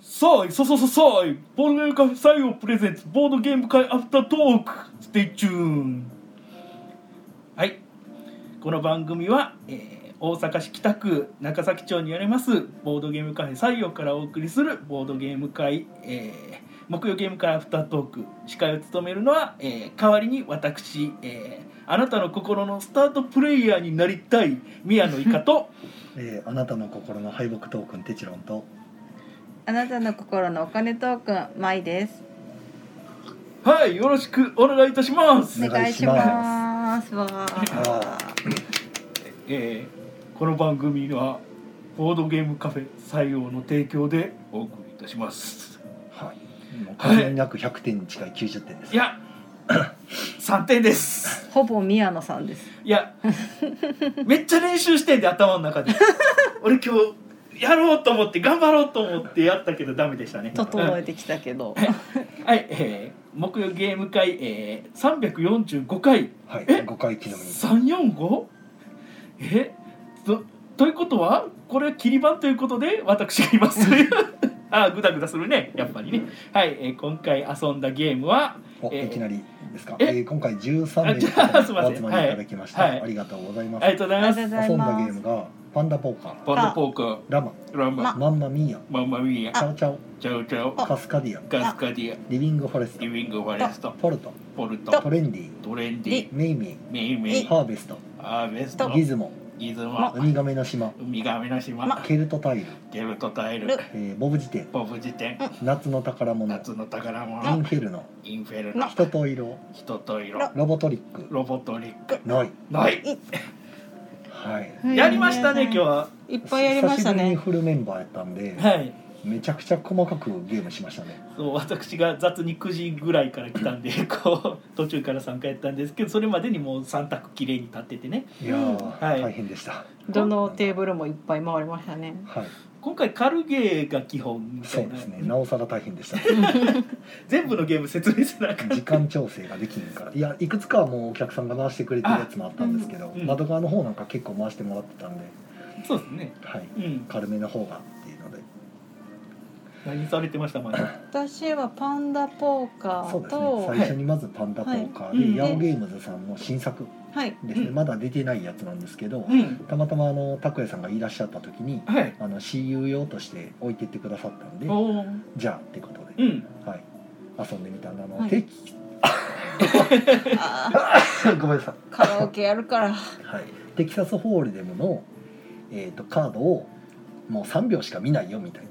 さあ、ささささあ、ボードゲームカフェ採用プレゼンツ、ボードゲーム会アフタートーク、ステイチューン。はい。この番組は、えー大阪市北区中崎町にあります、ボードゲームカフェ採用からお送りする、ボードゲーム会、えー木曜ゲーム会アフタートーク。司会を務めるのは、えー代わりに私、えーあなたの心のスタートプレイヤーになりたい、宮野いかと、えーあなたの心の敗北トークンテチロンとあなたの心のお金トークンマイです。はい、よろしくお願いいたしますお。願いします。わあ。えーこの番組はボードゲームカフェ採用の提供でお送りいたしますはいもう限りなく100点に近い90点ですい や3点ですほぼ宮野さんです。いやめっちゃ練習してんで頭の 中で俺今日やろうと思って頑張ろうと思ってやったけどダメでしたね整えてきたけど。うんはい、えー木曜ゲーム会、えー、345回はいえ5回記念に 345? えとということはこれは切り番ということで私がいますあーグダグダするねやっぱりねはい、えー今回遊んだゲームはおえーいきなりですかええー今回13名あじゃあすいまのせ方んお集まりいただきました、はいはいありがとうございます、ありがとうございますありがとうご遊ざいんだゲームがパンダポーカーバンドポーカラマーランマまマンマミーヤマンマミーチアャオチャオチャウチャウカスカディアガスカディアリビングフォレストリビングファレストポルトポルトトレンディトレンディメイメメイメイイハーベストアーベストギズモギズマウミガメの島ウミガメの島ケルトタイル、ゲルトタイルルえーボブ辞典ボブ辞典夏の宝物夏の宝イン物フェルノインフェルノ人と色人と色ロボトリックロボトリックないないはいやりましたね今日日。はいっぱいやりました久ぶりにね。フルメンバーやったんではいめちゃくちゃ細かくゲームしましたねそう私が雑に9時ぐらいから来たんで こう途中から参加やったんですけどそれまでにもう3択きれいに立っててねいやー、はい大変でしたどのテーブルもいっぱい回りましたね。はい今回カルゲーが基本みたそういなですねなおさら大変でした全部のゲーム説明せなあかん時間調整ができんからいやいくつかはもうお客さんが回してくれてるやつもあったんですけど、うん窓側の方なんか結構回してもらってたんで、そうですねはい、うん軽めの方がっていうので何されてましたまだ私はパンダポーカそうーですとね最初にまずパンダポーカーで、はいヤオゲームズさんの新作はいですね、うんまだ出てないやつなんですけど、うんたまたまあの拓也さんがいらっしゃった時にはいあの私有用として置いてってくださったんでおおーじゃあってことうで、んはい、遊んでみたんであの、はい定期あ ごめんなさい、ーカラオケやるから。はい、テキサスホールデムの、えー、とカードをもう3秒しか見ないよみたいな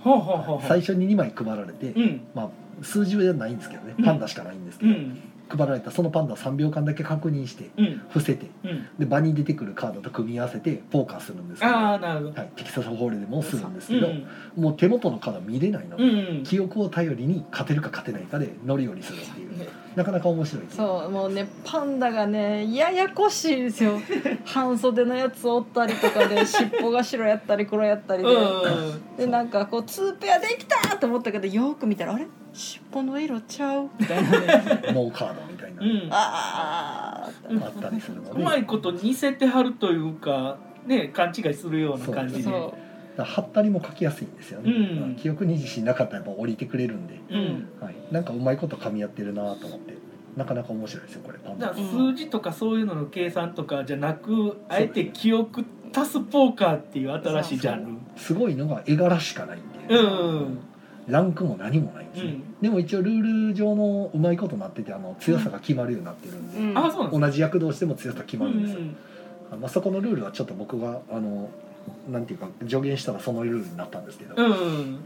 ほうほうほうほ最う初に2枚配られて、うんまあ、数字はないんですけどねうんパンダしかないんですけうど、ん配られたそのパンダ3秒間だけ確認してうん伏せてうんで場に出てくるカードと組み合わせてポーカーするんですけど、あはあなるほどい、テキサスホールデムをするんですうけど、んもう手元のカード見れないので。うん記憶を頼りに勝てるか勝てないかで乗り降りするっていうなかなか面白いですそうもうねパンダがねややこしいですよ半袖のやつおったりとかで尻尾が白やったり黒やったりで、うんでなんかこうツーペアできたと思ったけどよく見たらあれ尻尾の色ちゃうみたいなねノーカードみたいなう のんあーがあったりするのうで、まいこと似せてはるというかね勘違いするような感じでそ貼ったりも書きやすいんですよね、うん記憶に自信なかったらやっぱ降りてくれるんで、ううんはい、なんかうまいこと噛み合ってるなと思ってなかなか面白いですよこれパンだダから数字とかそういうのの計算とかじゃなくあえて記憶足すポーカーっていう新しいジャンすごいのが絵柄しかないんで、ルうんランクも何もないんですね、うんでも一応ルール上のうまいことなっててあの強さが決まるようになってるんで、うんあそうなんです同じ躍動しても強さ決うまるんですよ、んあまあ、そこのルールはちょっと僕があのなんていうか助言したらそのルールになったんですけど、うはんい、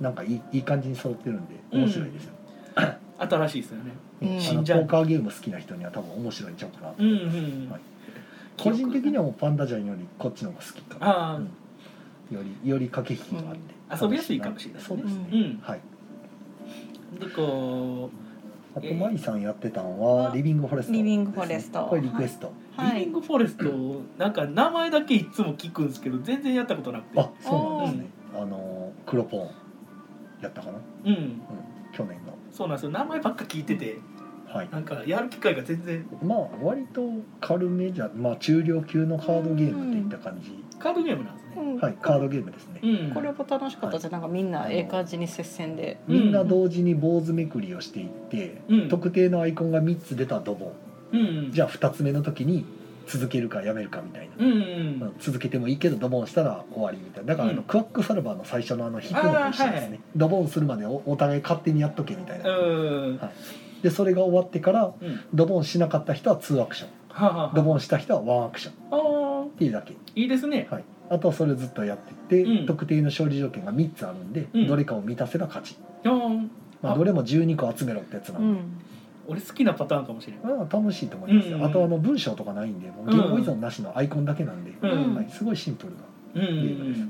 なんかいいいい感じに揃ってるんでうん面白いですよ、新しいですよねうんあ死のんポじゃうーカーゲーム好きな人には多分面白いんちゃうかな、うんうんはい個人的にはもうパンダジャンよりこっちの方が好きかなあよりより駆け引きがあって、うん遊びやすいかもしれないですそうねですね、うんうんはいあでこあえとマリさんやってたのはあリビングフォレスト、リビングフォレストこれリクエスト、うはリビいングフォレストなんか名前だけいつも聞くんですけど全然やったことなくてあそうなんですねあの黒ポーンやったかな、うんうん、去年のそうなんですよ名前ばっか聞いててはいなんかやる機会が全然まあ割と軽めじゃまあ中量級のカードゲームっていった感じ、カードゲームなんですね、うんはいカードゲームですね、うん、これも楽しかったじゃんなんかみんなええ感じに接戦でうんみんな同時に坊主めくりをしていって、うん特定のアイコンが3つ出たドボンうんじゃゃあ2つ目の時に続けるかやめるかみたいな、うんうんまあ続けてもいいけどドボンしたら終わりみたいなだからあの、うんクワックサルバーの最初のあの引くのと一緒ですね、あーはいドボンするまでおお互い勝手にやっとけみたいな、うんでそれが終わってからうんドボンしなかった人は2アクションはあはあドボンした人は1アクションっあーていうだけいいですねはい、あとはそれをずっとやっていって、うん特定の勝利条件が3つあるんで、うんどれかを満たせば勝ち、あーまああ、どれも12個集めろってやつなうんで、ん俺好きなパターンかもしれないまあ、楽しいと思いますよ、うんうんあとあの文章とかないんでもううん言語依存なしのアイコンだけなんで、うはんい、すごいシンプルなうんうんゲームです、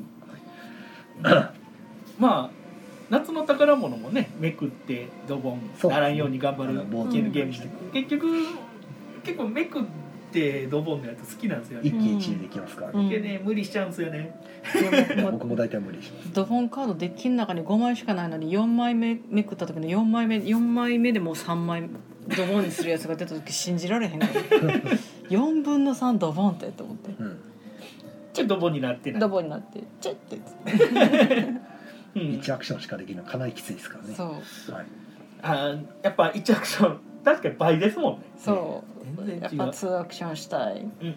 まあ夏の宝物もねめくってドボンそうならんように頑張あるの冒ゲー険ムゲームしてく結局結構めくってドボンのやつ好きなんですよ一ね、喜一憂できますからね、うんでね無理しちゃうんですよねいや僕も大体無理しますドボンカードデッキの中に5枚しかないのに4枚目めくった時の4枚目4枚目でもう3枚ドボンにするやつが出た時信じられへん から4分の3ドボンってと思ってうん、ちょっとドボンになってないドボンになってチェッてうん1アクションしかできるのはかなりきついですからね、そうはい、あーやっぱ1アクション確かに倍ですもんね、そう全然違うやっぱ2アクションしたいうん、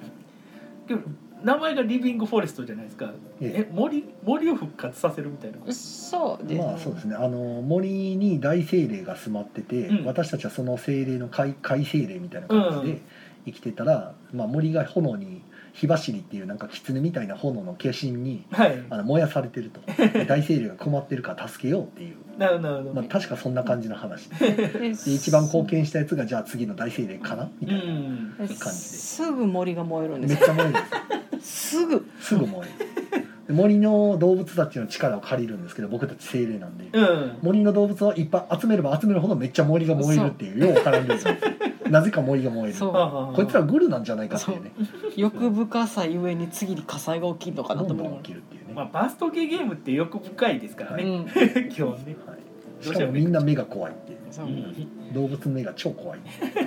でも名前がリビングフォレストじゃないですかええ森森を復活させるみたいなそうですねまあそうですねあの森に大精霊が住まってて、うん私たちはその精霊の海海精霊みたいな感じうで生きてたら、まあ、森が炎に火走りっていうなんか狐みたいな炎の化身にはいあの燃やされてると で大精霊が困ってるから助けようっていう、なるほどなるほど、まあ、確かそんな感じの 話でで一番貢献したやつがじゃあ次の大精霊かなみうたいな、んじですすぐ森が燃えるんめでっちゃ燃えるんですすすぐすぐ燃えるで森の動物たちの力を借りるんですけど僕たち精霊なんで、うん森の動物をいっぱい集めれば集めるほどめっちゃ森が燃えるっていうようわからんルール なんですよなぜか森が燃えるそうこはあはあはあいつらグルなんじゃないかっていうね欲深さゆえに次に火災が起きるのかなどとんど思んう起きるっていうね、まあ、バースト系ゲームって欲深いですからうね、ん基本ね、はい、しかもみんな目が怖いっていうねそううん動物の目が超怖い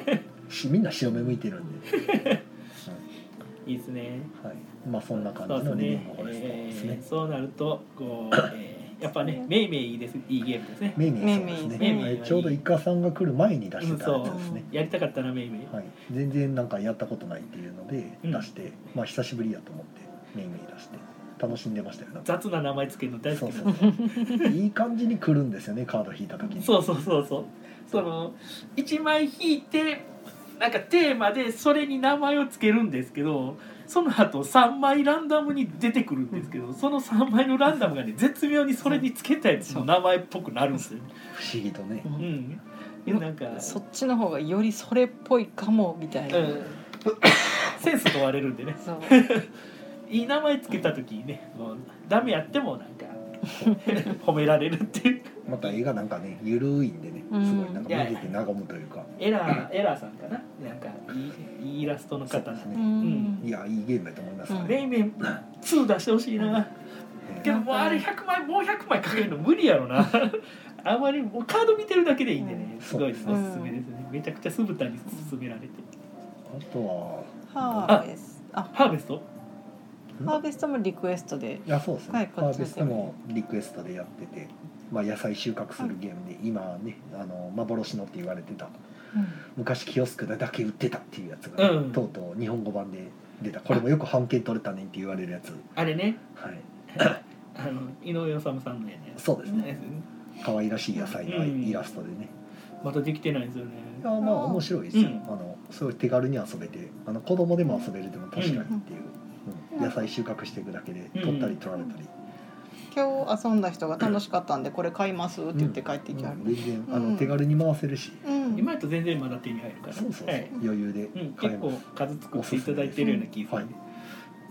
しみんな白目向いてるんで、いいですねはい、まあそんな感そうじでのすリビねングホレストえですーねそうなるとこう、えーやっぱねめいめいいいですいいゲームですねメイメイそうですねメイメイはいちょうどイカさんが来る前に出してたやつですね、やりたかったなめいめいはい、全然なんかやったことないっていうのでうん出して、まあ久しぶりやと思ってメインに出して楽しんでましたよなんか雑な名前つけるの大好きそなうそうそういい感じに来るんですよねカード引いた時 にそうそうそうそうその1枚引いてなんかテーマでそれに名前を付けるんですけどその後3枚ランダムに出てくるんですけどその3枚のランダムがね絶妙にそれに付けたやつの名前っぽくなるんですよ、不思議とねううんん、でなんか、そっちの方がよりそれっぽいかもみたいな、うん、センス問われるんでねそういい名前つけた時にねもうダメやってもなん か褒められるっていうまた絵がなんかねゆるいんでねうんすごいなんか見てて和むというか、エラーエラーさんかななんかいいいいイラストのそう方ですうねんいやいいゲームだと思いますよメね、イメイ2出してほしいなえけーどもうあれ100枚もう100枚かけるの無理やろな あまりもうカード見てるだけでいいんでねうんすごいおすすそうですねめですねめちゃくちゃ酢豚に勧められてあとはハーベストあハーベストハーベストもリクエストでいやそうですね、はいこハっーちベでスすトねもリクエストでやってて、まあ、野菜収穫するゲームで、今ねあの幻のって言われてた昔キオスクでだけ売ってたっていうやつがね、うんとうとう日本語版で出たこれもよく判券取れたねんって言われるやつあれねはいあの井上治さんのやつそうですねね可愛らしい野菜のうんイラストでね、またできてないんですよねいやまああー面白いですよ、うんあのすごい手軽に遊べてあの子供でも遊べるでも確かにっていう、うんうん野菜収穫していくだけでうん取ったり取られたり、今日遊んだ人が楽しかったんでこれ買いますって言って帰ってきはるうん全然あうのん手軽に回せるし、うん今やと全然まだ手に入るからそうそうそう、はい余裕でうん、買え結ま構数す、作っていただいてるような気がするおすすめで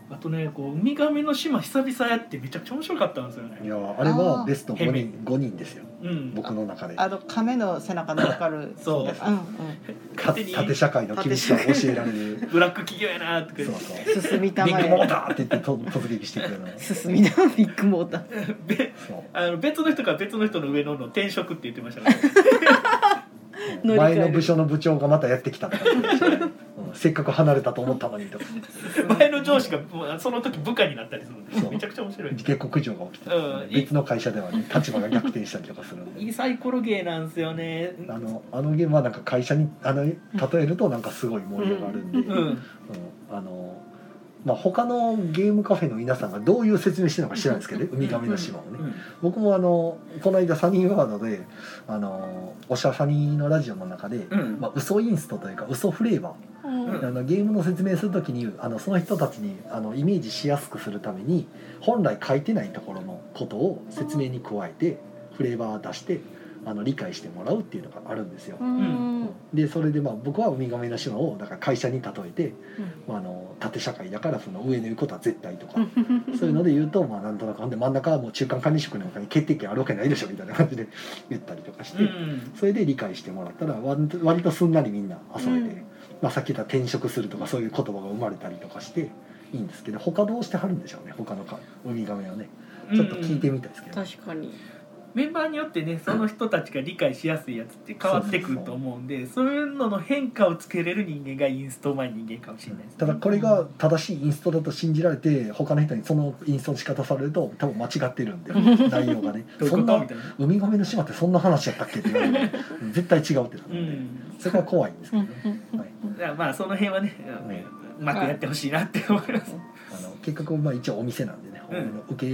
あとねこうウミガメの島久々やってめちゃくちゃ面白かったんですよいねやあれはあーベスト5人五人ですようん僕の中であの亀の背中でわかるそうですうんた勝手に縦社会の厳しさを教えられるブラック企業やなとかそう言って そううん進みたビまッグモーえターって言ってと突撃してくるの 進みたビッグモーターべそうあの別の人から別の人の上のの転職って言ってましたから、ね、乗り換え前るの部署の部長がまたやってきたとか言ってましたね、うんせっかく離れたと思ったのにとか 前の上司がもうその時部下になったりするんでそうめちゃくちゃ面白いです下克上が起きてた、うんいい別の会社ではね立場が逆転したりとかするんいいでサイコロゲーなんですよねあのあのゲームはなんか会社にあの例えるとなんかすごい盛り上がるんで、ううんんあのまあ他のゲームカフェの皆さんがどういう説明してるのか知らないですけどね「ウミガメの島」をね、うん僕もあのこの間サニーワードであのおしゃさにのラジオの中で、うんまあ、嘘インストというか嘘フレーバうんーあのゲームの説明するときにあのその人たちにあのイメージしやすくするために本来書いてないところのことを説明に加えてフレーバー出してあの理解してもらうっていうのがあるんですよ。うんでそれでまあ僕はウミガメの島をだから会社に例えて、まあ、あの縦社会だからその上の言うことは絶対とか、そういうので言うと、まあ、なんとなくほんで真ん中はもう中間管理職なんかに決定権あるわけないでしょみたいな感じで言ったりとかして、うんそれで理解してもらったら割と割とすんなりみんな遊べて、うんまあ、さっき言った転職するとかそういう言葉が生まれたりとかしていいんですけど他どうしてはるんでしょうね他のかウミガメはねちょっと聞いてみたいですけど、確かにメンバーによってねその人たちが理解しやすいやつって変わってくると思うんでそういうのの変化をつけれる人間がインストうまい人間かもしれないです、ね、ただこれが正しいインストだと信じられて他の人にそのインストの仕方されると多分間違ってるんで 内容がねどういうそこんとなみたいなウミガメの島ってそんな話やったっけって言われて絶対違うってなるんうで、んそれが怖いんですけうどんね、はい、じゃあまあその辺はねねうまくやってほしいなって思いますあの結局まあ一応お店なんでね、うん受け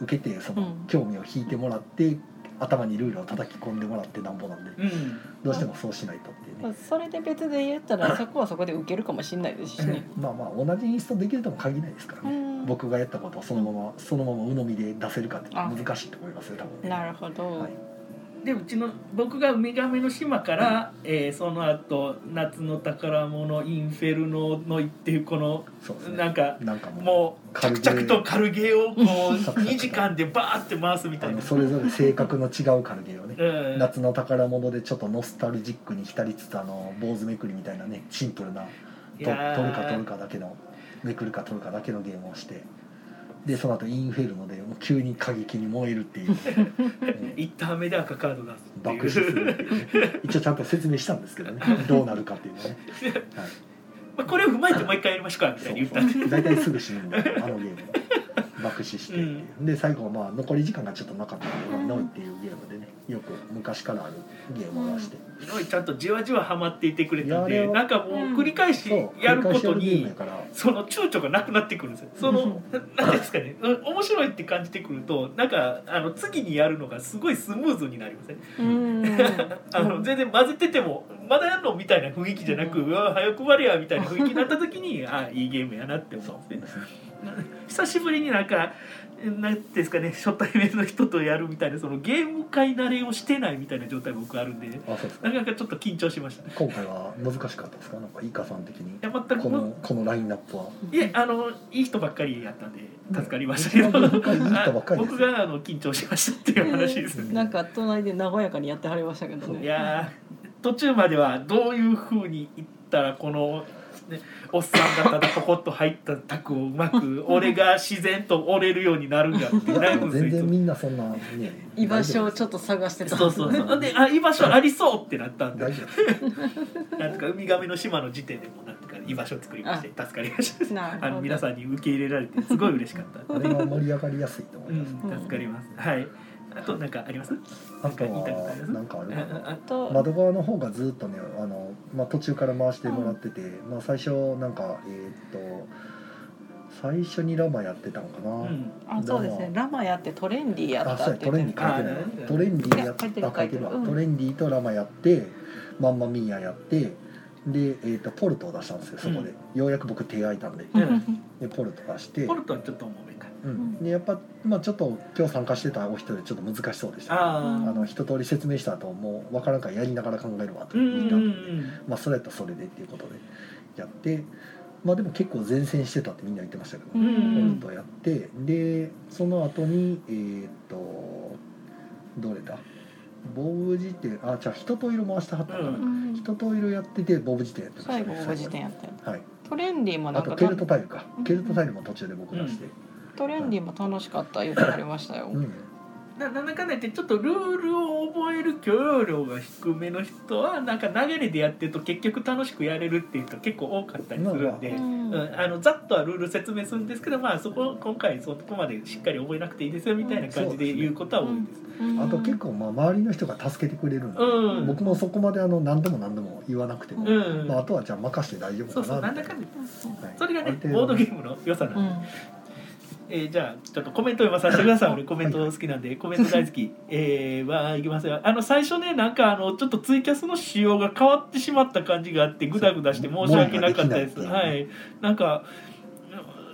受けてそのうん興味を引いてもらって頭にルールを叩き込んでもらってなんぼなんでうんどうしてもそうしないとっていうね、それで別で言ったらそこはそこで受けるかもしれないですしね。まあまあ同じインストできるとも限らないですからね、僕がやったことをそのままそのまま鵜呑みで出せるかって難しいと思いますよ多分ねなるほど。はいでうちの僕がウミガメの島から、えーその後夏の宝物インフェルノのいっていうこのそうですねなんかなんかもうもう着々と軽ゲーをこう2時間でバーって回すみあたいなの。それぞれ性格の違うカルゲをねうん夏の宝物でちょっとノスタルジックに浸りつつあの坊主めくりみたいなねシンプルないと取るやーか取るかだけのめくるか取るかだけのゲームをしてでその後インフェルノでもう急に過激に燃える っていう、うん一旦目で赤カード出すっていう爆死するっていうね一応ちゃんと説明したんですけどねどうなるかっていうのね、はい、 まあ、これを踏まえてもう一回やりましょうかみたいに言ったんで大体すぐ死ぬのであのゲーム爆死してっていう、で最後はまあ残り時間がちょっとなかったので「うんノイ」っていうゲームでねよく昔からあるゲームを出して、すごいちゃんとじわじわハマっていてくれたんいやあでれはなんかもう繰り返しそうやること繰り返しやるゲームにやからその躊躇がなくなってくるんですよその何ですかねうん面白いって感じてくるとなんかあの次にやるのがすごいスムーズになりませんうん。あの全然混ぜててもまだやんのみたいな雰囲気じゃなく、ううわ早く終われやみたいな雰囲気になった時に あいいゲームやなって思うんですねそう久しぶりになんかなんていうんですかね初対面の人とやるみたいなそのゲーム会慣れをしてないみたいな状態僕あるんであそうですなかかなかちょっと緊張しましたね今回は難しかったですかなんかイカさん的にいや全くこものこのラインナップはういやあのいい人ばっかりやったんで助かりましたけうど、んいい人ばっかりです僕があの緊張しましたっていう話ですねなんか隣で和やかにやってはりましたけどいね。やー途中まではどういうふうにいったらこの、ね、おっさんがただポコッと入ったタクをうま く俺が自然と折れるようになるんだってい悩やでむもんですよい全つ然もみんなそんなね居場所をちょっとと探してた。そうそうそうほんであ居場所ありそうってなったんで大丈夫ですなんとかウミガメの島の時点でもうなんとか居場所作りまして助かりましたなるほどあの皆さんに受け入れられてすごい嬉しかったあれは盛り上がりやすいと思ういます、ん助かりますはいあとなんかありますなあとんか言いたいことあはりますなんかあるかなあと、窓側の方がずっとねあの、まあ、途中から回してもらってて、まあ、最初なんかえーっと最初にラマやってたのかな、あうんあそうですね。ラマやってトレンディやあっそうたっやてトレンディ書いてあないなんだトレンディやっいや書いてるあ書いてるわ書いてるうんトレンディとラマやってマンマミーヤやってで、えー、とポルトを出したんですよそこで、ようやく僕手空いたんででポルト出してポ、ルトはちょっと重めかうん、でやっぱ、まあ、ちょっと今日参加してたお一人でちょっと難しそうでしたあああの一通り説明した後もう分からんからやりながら考えるわとうんう言っんたうんんで、まあ、それやったらそれでっていうことでやってまあでも結構前線してたってみんな言ってましたけど、うねポルん。トやってでその後にえーっとどれだボブ辞典あじゃあ人と色回してはったのかな、うん人と色やっててボブ辞典やってました最ね後ご時点やったよ。最後はいトレンディもなあんとかケルトタイルかうんケルトタイルも途中で僕出して、トレンディも楽しかった言ってはりましたようん。ななんだかんだ言ってちょっとルールを覚える許容量が低めの人はなんか流れでやってると結局楽しくやれるっていう人結構多かったりするんで、うんうん、あのざっとはルール説明するんですけどまあそこ今回そこまでしっかり覚えなくていいですよみたいな感じで言うことは多いです。うんあと結構まあ周りの人が助けてくれるんで、うん僕もそこまであの何度も何度も言わなくても、うんまあ、あとはじゃあ任せて大丈そ夫うそうかななんみただいなかんだはいそれがあるね程度ボードゲームの良さなんでうす。んえーじゃあちょっとコメント読まさせてください俺コメント好きなんでコメント大好きえーまあいきますよあの最初ねなんかあのちょっとツイキャスの仕様が変わってしまった感じがあってグダグダして申し訳なかったですそうは文いなんか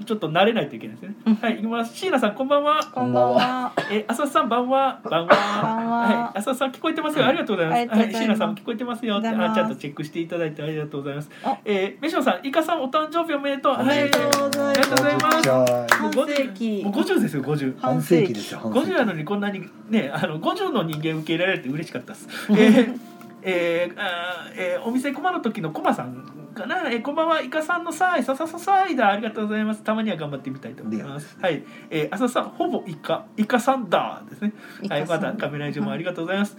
ちょっと慣れないといけないですねはいいきます椎名さんこんばんはこんばんは。えー、浅田さん、ばんは。ばんは。ばんははい、浅田さん、聞こえてますよ。ありがとうござあいりまがす。とうはい、ございます椎名さんも聞こえてますよ。ああ、りちがとうございますゃんとチェックしていただいて、ありがとうございますあ。えー、めしょさん、いかさん、お誕生日おめでとう。はい、おめでとうございますありがとうございます。もはう半世紀50もう五十ですよ、五十。半世紀ですよ半世50紀なのにこんなにねあの50の人間受け入れられて嬉しかった です。えーえーあーえーお店コマの時のコマさんかな、えーこんばんはイカさんのサイササササイだありがとうございますたまには頑張ってみたいと思いますはい、えー、浅田さんほぼイカイカさんだですねはいまたカメラ以上もありがとうございます、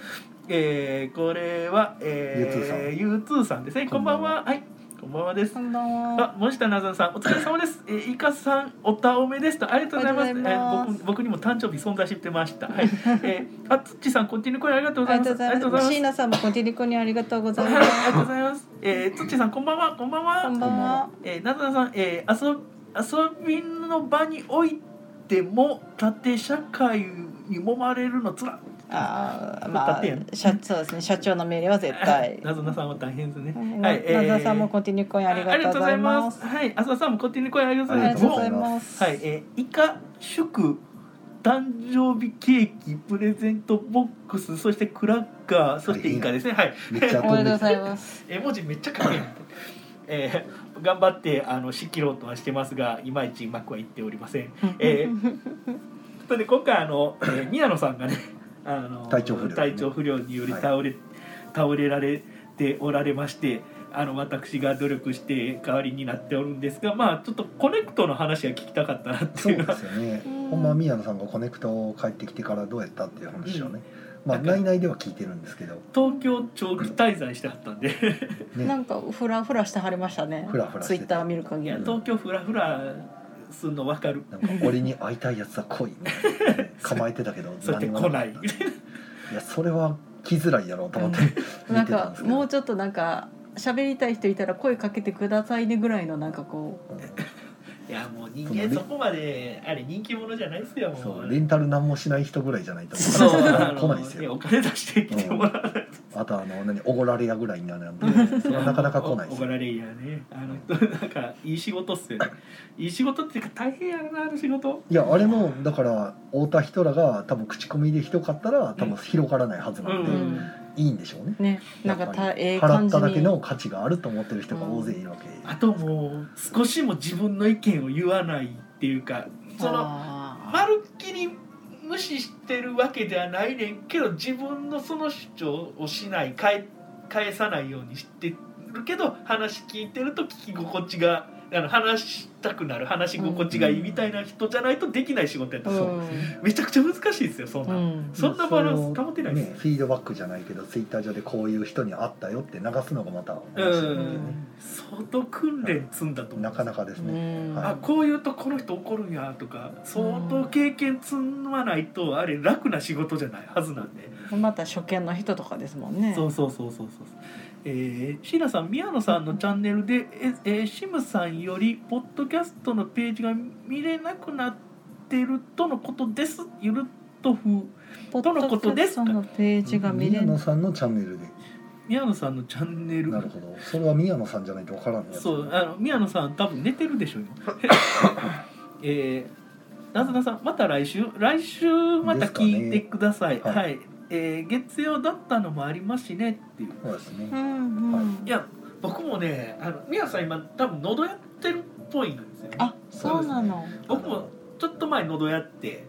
えーこれはえー、ゆうつーさんですねこんばんははいこんばんはですこんばんは。あ、森下なずなさん、お疲れ様です。えー、イカさん、おたおめですと、ありがとうございます。あえりがとうございますー僕、僕にも誕生日存在してました。 はい、えー、あ、つっちさん、コンティニューコインありがとうごあざいりがますと。うございます。椎名さんもコンティニコにありがとうございはいまあす。りがとうございます。えー、つっちさん、こんばんは、こんばんは。こんばんは。えー、なずなさん、えー、遊び、遊びの場においても、縦社会に揉まれるのつら。あー、だまってやんあ、社そうですね。社長の命令は絶 対。なずなさんは大変ですね。なえーなさんもコンティニコにありがとうございます。あはい、浅田さんもコンティニューコインありがとうりございますがとう。ございます。はい、えー、イカ祝誕生日ケーキプレゼントボックスそしてクラッカーそしてイカですねはい、めっちゃおめ飛んでとうごでざいます。絵文字めっちゃかっこいいなえー頑張ってあの仕切ろうとはしてますがいまいちうまくはいっておりませんえー、それで今回あの、えー宮野さんがねあの体調不良体調不良により倒れ、倒れられておられましてあの私が努力して代わりになっておるんですがまあちょっとコネクトの話が聞きたかったなってそいううのはですよねうんほんまは宮野さんがコネクトを帰ってきてからどうやったっていう話をね、まあだから内々では聞いてるんですけど東京長期滞在してはったんでねなんかフラフラしてはりましたね。フラフラしてツたイッター見る限いりや。東京フラフラするの分かるなんか俺に会いたいやつは来いみたいな構えてたけどそうやっても来ないかったいやそれは来づらいやろうと思ってな見んてたんかですけどもうちょっとなんか喋りたい人いたら声かけてくださいねぐらいのなんかこういやもう人そう間ねそこまであれ人気者じゃないですようんもそううレンタル何もしない人ぐらいじゃないとそう来あなのいですねよお金出してきてもらわないあとあの何おごられやぐらいになるんでとそれはなかなか来ないおです怒よられやねあの人なんかいい仕事っすよねいい仕事っていうか大変やろなあの仕事いやあれもだから太田人らが多分口コミでひどかったら多分広がらないはずなんうで、んいいんでしょうねねなんかやたっぱりええ払感っじただけにの価値があると思ってる人が大勢いるわけ、あともう少しも自分の意見を言わないっていうかそのあまるっきり無視してるわけではないねんけど自分のその主張をしない返返さないようにしてるけど話聞いてると聞き心地があの話したくなる話し心地がいいみたいな人じゃないとできない仕事やった、ーらそうめちゃくちゃ難しいですよそんうなん、んそんなバランス保てないでそれすをねフィードバックじゃないけどツイッター上でこういう人に会ったよって流すのがまた面うん、白いんでね相当訓練積んだと思うなかなかですうね、んはいあこういうとこの人怒るんやとか相当経験積まないとあれ楽な仕事じゃないはずなんでまた初見の人とかですもんねそうそうそうそうそう。えー、シナさん宮野さんのチャンネルで、ええーシムさんよりポッドキャストのページが見れなくなってるとのことですゆるっと風ポッドキとのことでャすスかトのページが見れ宮な野いさんのチャンネルで宮野さんのチャンネルなるほどそれは宮野さんじゃないとわからんやつそうあの宮野さん多分寝てるで しょ今えー、なずなさんまた来週来週また聞いてください、ですかねははいい、えー月曜だったのもありますしねっていうそうですね、うんうはいんいや僕もねあの宮野さん今多分喉やってるっぽいんですよねあそうなの僕もちょっと前喉やって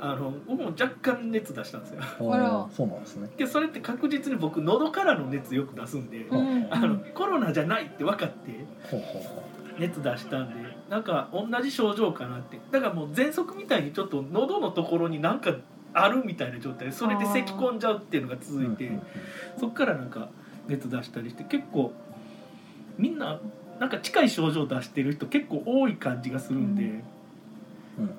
あの僕も若干熱出したんですよあのあらあーそうなんですねでそれって確実に僕喉からの熱よく出すんで、うんうんあのコロナじゃないって分かってほうほうほ熱出したんでなんか同じ症状かなってだからもう喘息みたいにちょっと喉のところになんかあるみたいな状態でそれで咳き込んじゃうっていうのが続いて、うんうんうんそっからなんか熱出したりして結構みんななんか近い症状出してる人結構多い感じがするんで、うんうん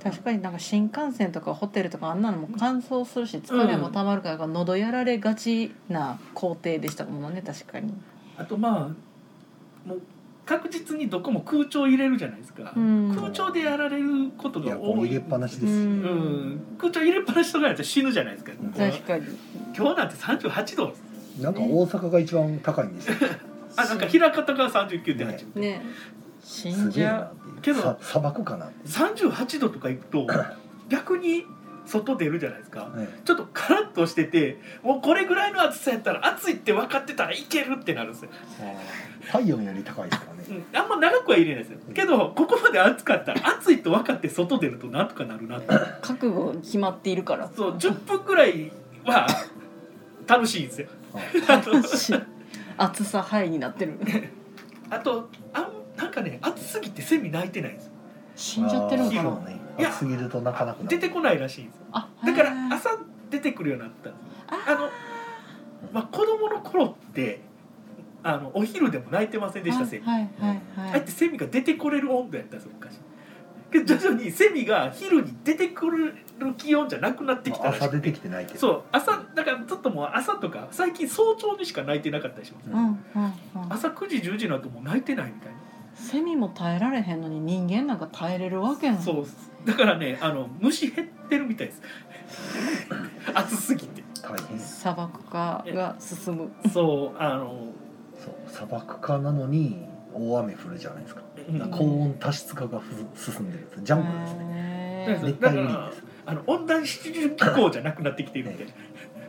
確かになんか新幹線とかホテルとかあんなのも乾燥するし疲れもたまるから喉やられがちな工程でしたもんね確かに。あとまあもう確実にどこも空調入れるじゃないですか、うん空調でやられることいやがこ多うい入れっぱなしです、うんうん、空調入れっぱなしとかやったら死ぬじゃないですか、うんこう確かに。今日なんて38度なんか大阪が一番高いんですよあなんか平方が39.8、ねね。死んすげじえゃなってけいうどさ砂漠かなって38度とかいくと逆に外出るじゃないですか ねちょっとカラッとしててもうこれぐらいの暑さやったら暑いって分かってたらいけるってなるんですよ、体温より高いですからねうん、あんま長くは入れないですよけどここまで暑かったら暑いと分かって外出るとなんとかなるなってう覚悟決まっているから。そう10分ぐらいは楽しいんですよ楽しい暑さハイになってる。あとあんなんかね暑すぎてセミ鳴いてないんですよ死んじゃってるのかあなー。ねいや暑すぎると泣かなくなる出てこないらしいんですよあだからへー朝出てくるようになったんですああの、まあ、子供の頃ってあのお昼でも泣いてませんでしたセミ、はいはいはいあえてセミが出てこれる温度やったんですよ昔けど徐々にセミが昼に出てくる気温じゃなくなってきたらし朝出くててきて泣いてるそう朝だからちょっともう朝とか最近早朝にしか泣いてなかったりしますううんうんんうん。朝9時10時になるともう泣いてないみたいセミも耐えられへんのに人間なんか耐えれるわけななの。そうだからねあの虫減ってるみたいです暑すぎて大変砂漠化が進む。そうあの、そう砂漠化なのに大雨降るじゃないですかうん高温多湿化がふ進んでるんですジャングルですねへだーから熱帯雨林ですあの温暖湿潤気候じゃなくなってきているみたいな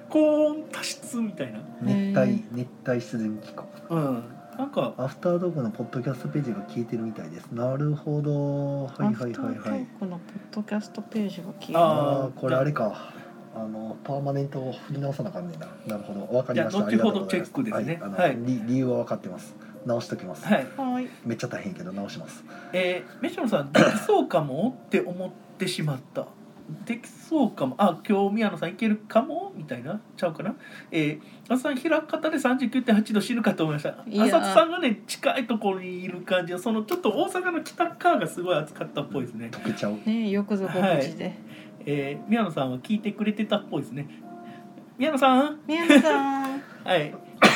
高温多湿みたいな熱へ帯ー熱帯自然気候うんなんかアフタードークのポッドキャストページが消えてるみたいですなるほどはいはいはいアフターはトいークのポッドキャストページが消えたあーああこれあれかあのパーマネントを振り直さなあかんねんななるほどわかりましじゃたあありがとうございます後ほどチェックですねはいあのはい理理由は分かってます直しときます、はいはい。めっちゃ大変やけど直しますえー、メシノさ んできそうかもって思ってしまったできそうかもあ今日宮野さんいけるかもみたいなちゃうかなえー、朝さん平方で39.8度死ぬかと思いましたいやー浅津さんがね近いところにいる感じそのちょっと大阪の北側がすごい暑かったっぽいですね、溶け ちゃうねよくぞご無事で。えー、宮野さんは聞いてくれてたっぽいですね宮野さん宮野さん。 はい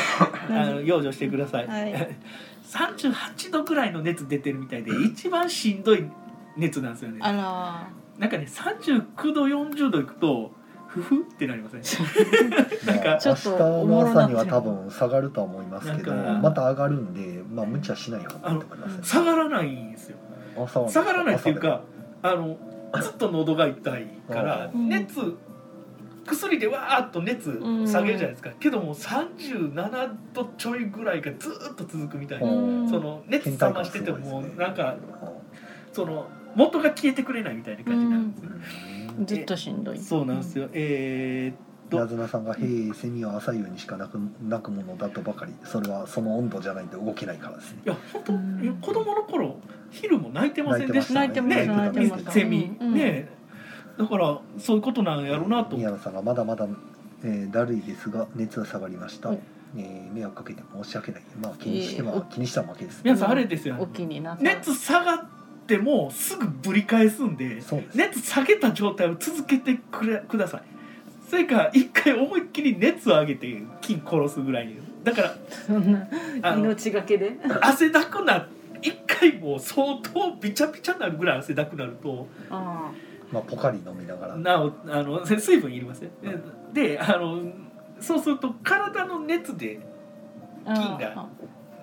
あの養生してください、はい 38度ぐらいの熱出てるみたいで一番しんどい熱なんですよねあらなんかね39度40度いくとふふってなりません、なんかまあちょっと明日の朝には多分下がるとは思いますけどなんかまた上がるんでまあ無茶しない方がいいと思います、下がらないんですよ朝は下がらないっていう朝かあのずっと喉が痛いからうん熱薬でわーっと熱下げるじゃないですかけどもう37度ちょいぐらいがずーっと続くみたいでなもうんその熱冷ましてて倦も怠感すごいですねなんかうその元が消えてくれないみたいな感じになるんですねんずっとしんどい。そうなんですよ、えー、どなずなさんが「へえセミは朝夕にしかなくなくものだ」とばかりそれはその温度じゃないと動けないからですねいや本当いや子供の頃昼も泣いてませんでした泣いてましたね泣いてましたセミ、うんねだからそういうことなんやろうなと思宮っ野さんが「まだまだ、えーだるいですが熱は下がりました」うんえー迷惑かけて申し訳ない」まあ気にしていえいもえ気にしたわけですね皆さんあれですよ、お気になさい。熱下がってもすぐぶり返すんでそうです熱下げた状態を続けてくれくださいそれか一回思いっきり熱を上げて菌殺すぐらいにだからそんなあの命がけ で。汗だくな一回もう相当びちゃびちゃになるぐらい汗だくなるとあまあ、ポカリ飲みながらなおあの せ水分いりますよでであのそうすると体の熱であ。菌が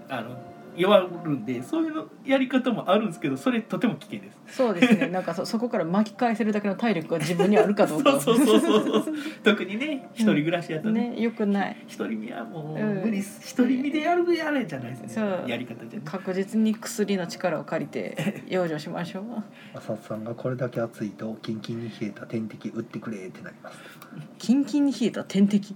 あの弱るんでそういうのやり方もあるんですけどそれとても危険ですそうですね。なんかそそ こから巻き返せるだけの体力が自分にあるかどうそか。うそうそうそう そう特にね一人暮らしやとねね、よくない。一、人身はもううん無理っす一、人身でやるやれじゃないですねそうやり方じゃね確実に薬の力を借 りて養生しましょう。浅津さんが「これだけ暑いとキンキンに冷えた点滴打ってくれ」ってなりますキンキンに冷えた点滴。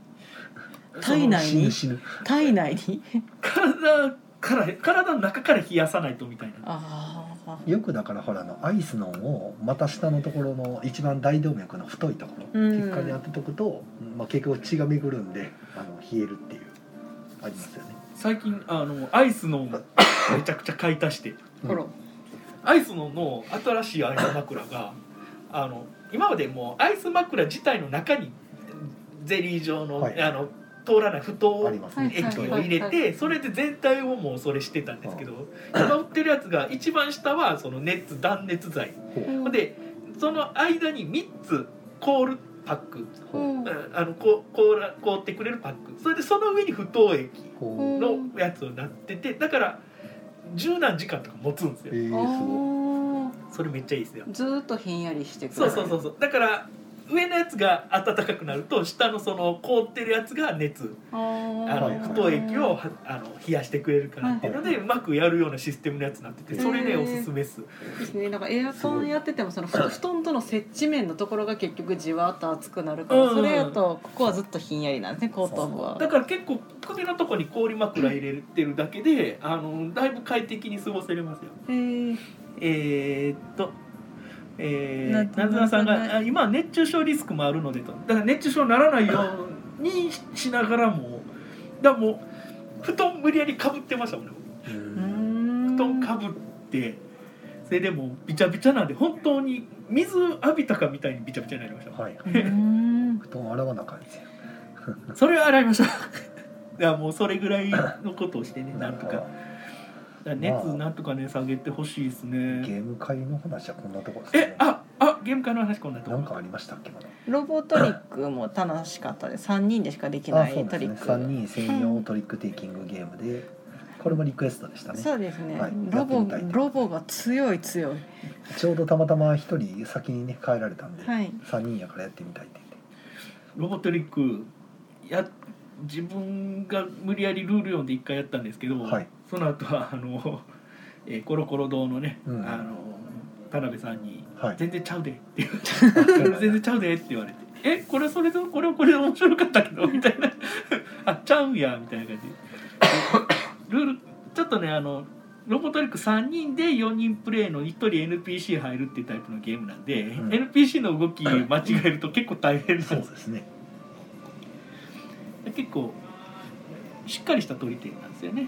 体内死にぬ死ぬ体内に。体から体の中から冷やさないとみたいなああ。あよくだからほらあのアイスのを股下のところの一番大動脈の太いところ、うん血管に当てとくと、まあ、結局血が巡るんであの冷えるっていうありますよね。最近あのアイスのめちゃくちゃ買い足してうんほらアイスのの新しいアイス枕があの今までもうアイス枕自体の中にゼリー状の,、はいあの通らない不あ当りますはいね。液を入れはいはいてそれで全体をもうそれしてたんですけど今売ってるやつが一番下はその熱断熱剤ほうでその間に3つ凍るパックほうあのこう凍ら凍ってくれるパックそれでその上に不凍液ほうのやつになっててだから十何時間とか持つんですえよー、すごあいーそれめっちゃいいですよずーっとひんやりしてくそれうそうそうそうだから上のやつが暖かくなると下のその凍ってるやつが熱ああーはいの不凍液をはあの冷やしてくれるからっていうのはいではうまくやるようなシステムのやつになっててそれへねーおすすめっすですねなんかエアすコごンいやっててもそのふ布団との接地面のところが結局じわっと熱くなるから、うんうんそれやとここはずっとひんやりなんですね後頭部はだから結構首のとこに氷枕入れてるだけであのだいぶ快適に過ごせれますよえーえー、っと、えなー、なずなさんなずながさあ今は熱中症リスクもあるのでとだから熱中症にならないようにししながらもだからもう布団無理やりかぶってましたもんねううーんん布団かぶってそれでもうびちゃびちゃなんで本当に水浴びたかみたいにびちゃびちゃになりました、はい。うーん布団洗わなあかんですよ。それは洗いました だからもうそれぐらいのことをしてねなんとかだからま熱なんとかね下げてほしいですあゲねーム会の話はこんなところですえね。ああゲーム会の話こんなとこなんかありましたっけまだ。ロボトリックも楽しかったです3人でしかできあなそういでトすリねック3人専用トリックテイキングゲームでこれもリクエストでしたねそうですね、はいロやっボてみたいロボが強い強いちょうどたまたま1人先にね帰られたんで、はい3人やからやってみたいってロボトリックや自分が無理やりルール読んで一回やったんですけど、言ってはいその後はあの、えーコロコロ堂のね、うんあの田辺さんに「はい全然ちゃうで」って言われて「全然ちゃうで」って言われて「えこれはそれとこれはこれで面白かったけ ど」みたいな 「あちゃうんや」みたいな感じで ルールちょっとねあのロボトリック3人で4人プレイの1人 NPC 入るっていうタイプのゲームなんで、うん NPC の動き間違えると結構大変なんですそようですね結構しっかりした取り手なんですよね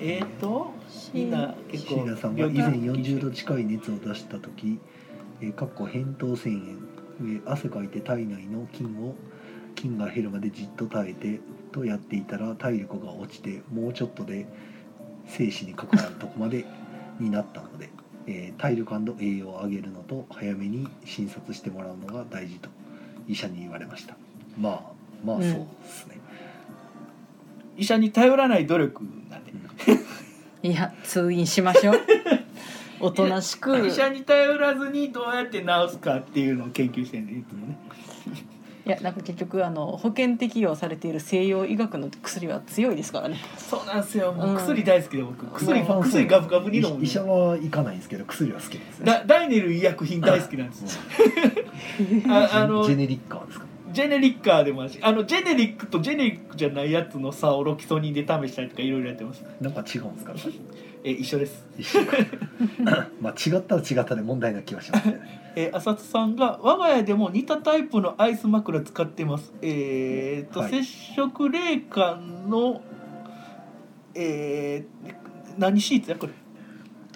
えっ、ー、とみんな結椎構名さんが以前40度近い熱を出した時えーかっこ扁桃腺炎えー汗かいて体内の菌を菌が減るまでじっと耐えてとやっていたら体力が落ちてもうちょっとで生死に関わるとこまでになったので、えー体力栄養を上げるのと早めに診察してもらうのが大事と医者に言われましたまあまあそうですね、医者に頼らない努力なんでいや通院しましょうおとなしく医者に頼らずにどうやって治すかっていうのを研究してるんでいつもねいやなんか結局あの保険適用されている西洋医学の薬は強いですからね。そうなんですよもううん薬大好きで僕薬まあ薬ガブガブに飲む医医者は行かないんですけど薬は好きなんですねだダイネル医薬品大好きなんですよああのジェネリッカーですかジェネリッカーでもあるしあのジェネリックとジェネリックじゃないやつの差をロキソニンで試したりとかいろいろやってますなんか違うんですかねえ一緒です一緒かまあ違ったら違ったで問題な気がしますけどねえー、浅津さんが我が家でも似たタイプのアイス枕使ってますえー、と、はい接触冷感のえー、何シーツやこれ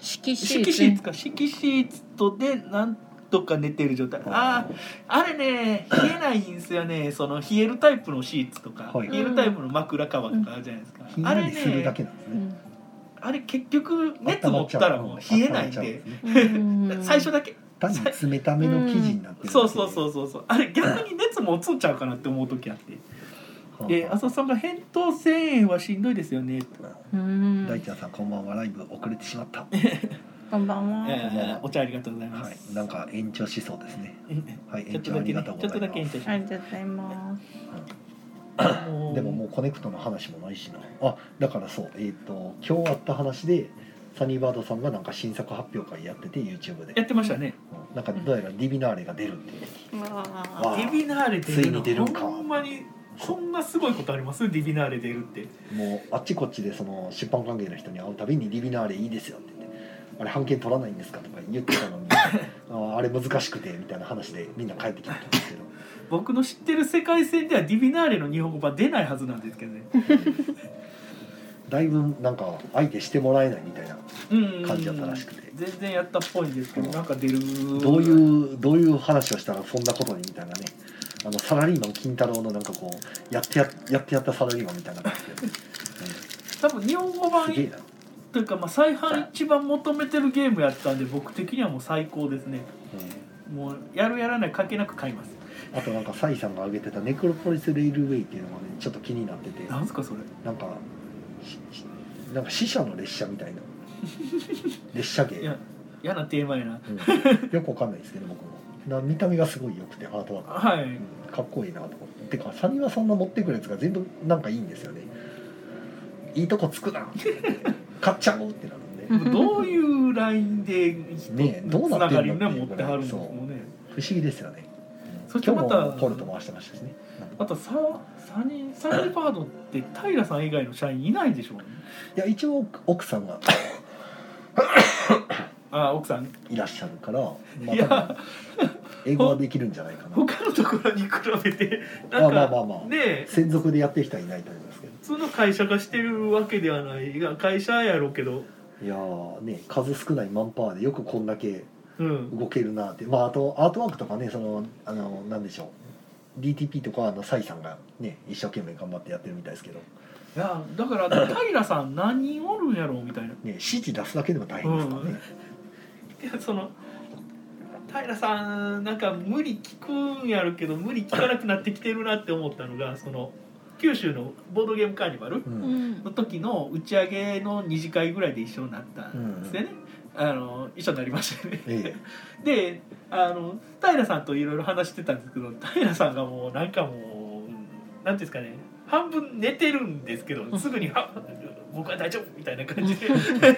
色色シーツか色シーツとでなんとか寝てる状態あーあれね冷えないんですよねその冷えるタイプのシーツとか、はい冷えるタイプの枕カバーとかあるじゃないですか、ひんあやれりするだけねなんですねあれ結局熱温ま持っっちゃたうらもう冷えないん温まっちゃうんですね最初だけ単に冷ための生地になってるだけでそうそうそうそうそうあれ逆に熱持つんちゃうかなって思う時あってはあえー、浅田さんが「扁桃腺炎はしんどいですよね」うん大ちゃんさんこんばんはライブ遅れてしまったはこんばんは。えーお茶ありがとうございます、いなんか延長しそうですねはいちょ延っと長だあけりがねとうちょっとござだいけ延ます長しありがとうございます。ますでももうコネクトの話もないしなあだからそうえっ、と今日あった話でサニーバードさんがなんか新作発表会やってて YouTube でやってましたねうんなんかどうやらディビナーレが出るっていうあディビナーレ出るのついに出るんかほんまにこんなすごいことありますディビナーレ出るってもうあっちこっちでその出版関係の人に会うたびに「リビナーレいいですよ」って言って「あれ判券取らないんですか?」とか言ってたの にあ「あれ難しくて」みたいな話でみんな帰ってきたんですけど僕の知ってる世界線ではディビナーレの日本語版出ないはずなんですけどね。だいぶなんか相手してもらえないみたいなうん感じだったらしくて全然やったっぽいんですけどなんか出るどういうどういう話をしたらそんなことにみたいなねあのサラリーマン金太郎のなんかこうやってややってやったサラリーマンみたいな感じで、多分日本語うん、す版げえなというか、まあ、再販一番求めてるゲームやったんで僕的にはもう最高ですねもうやるやらない関係なく買いますあとなんかサイさんが挙げてたネクロポリス・レイルウェイっていうのがねちょっと気になっててなんすかそれなんかししなんか死者の列車み たいな列車い芸、や嫌なテーマやなうんよくわかんないですけど僕もな見た目がすごい良くてハートワーク、はい、うんかっこいいなと思っててかサニはそんな持ってくるやつが全部なんかいいんですよねいいとこつ くな買っちゃおうってなるんでどういうラインで人ねえどうつななってがんのりっねてい持うっぐてらはるんいですそうもんね不思議ですよねそし今て日まもたポルト回してましたしねあとササニーサニーバードって平さん以外の社員いないでしょう、ね、いや一応奥さんが あ奥さんいらっしゃるから、まいあ、や多分英語はできるんじゃないかな他のところに比べ てまなあんまあかまあまあねえ専属でやってる人はいないと思いますけど普通の会社がしてるわけではないが会社やろうけどいやーね数少ないマンパワーでよくこんだけうん動けるなってまああとアートワークとかねそのあのなんでしょう DTP とかあのサイさんがね一生懸命頑張ってやってるみたいですけどいやだから平さん何人おるんやろうみたいなね指示出すだけでも大変ですからね、うんいやその平さんなんか無理聞くんやるけど無理聞かなくなってきてるなって思ったのがその九州のボードゲームカーニバルうんうんの時の打ち上げの二次会ぐらいで一緒になったんですよね、あの一緒になりましたよねえ であの平さんといろいろ話してたんですけど平さんがもうなんかもううんなんていうんですかね半分寝てるんですけどんすぐに「は僕は大丈夫」みたいな感じでえ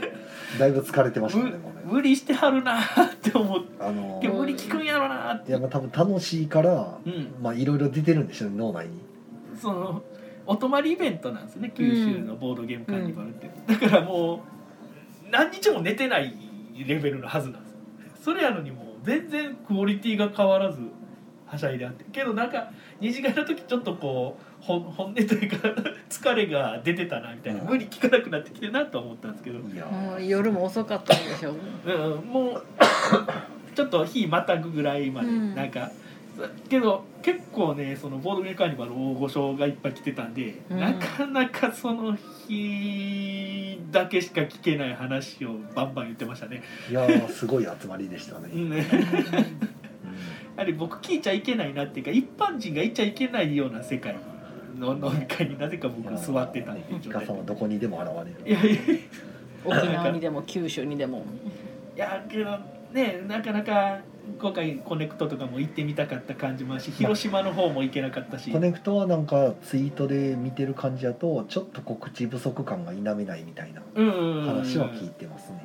だいぶ疲れてましたねむもうね無理してはるなって思ってあのけどー無理聞くんやろなっいてやまあ多分楽しいからうんまあいろいろ出てるんでしょうね脳内にそのお泊まりイベントなんですね九州のボードゲームカーニバルって、だからもう何日も寝てないレベルのはずなんですよそれやのにもう全然クオリティが変わらずはしゃいであってけどなんか二次会の時ちょっとこうほん本音というか 疲れが出てたなみたいなうん無理聞かなくなってきてるなとは思ったんですけど、いやもうー夜も遅かったんでしょう。うん、もうちょっと日またぐぐらいまで、うんなんかそけど結構ねそのボードゲームカーニバル大御所がいっぱい来てたんで、うんなかなかその日だけしか聞けない話をバンバン言ってましたね。いやーすごい集まりでしたね、ううんんあれ僕聞いちゃいけないなっていうか一般人がいちゃいけないような世界の飲み会になぜか僕座ってたっていうイ状カ態さんはどこにでも現れるいやいや沖縄にでも九州にでも。いやけどねなかなか今回コネクトとかも行ってみたかった感じもあるし広島の方も行けなかったし、コネクトはなんかツイートで見てる感じだとちょっと告知不足感が否めないみたいなうんうんうん話は聞いてますね、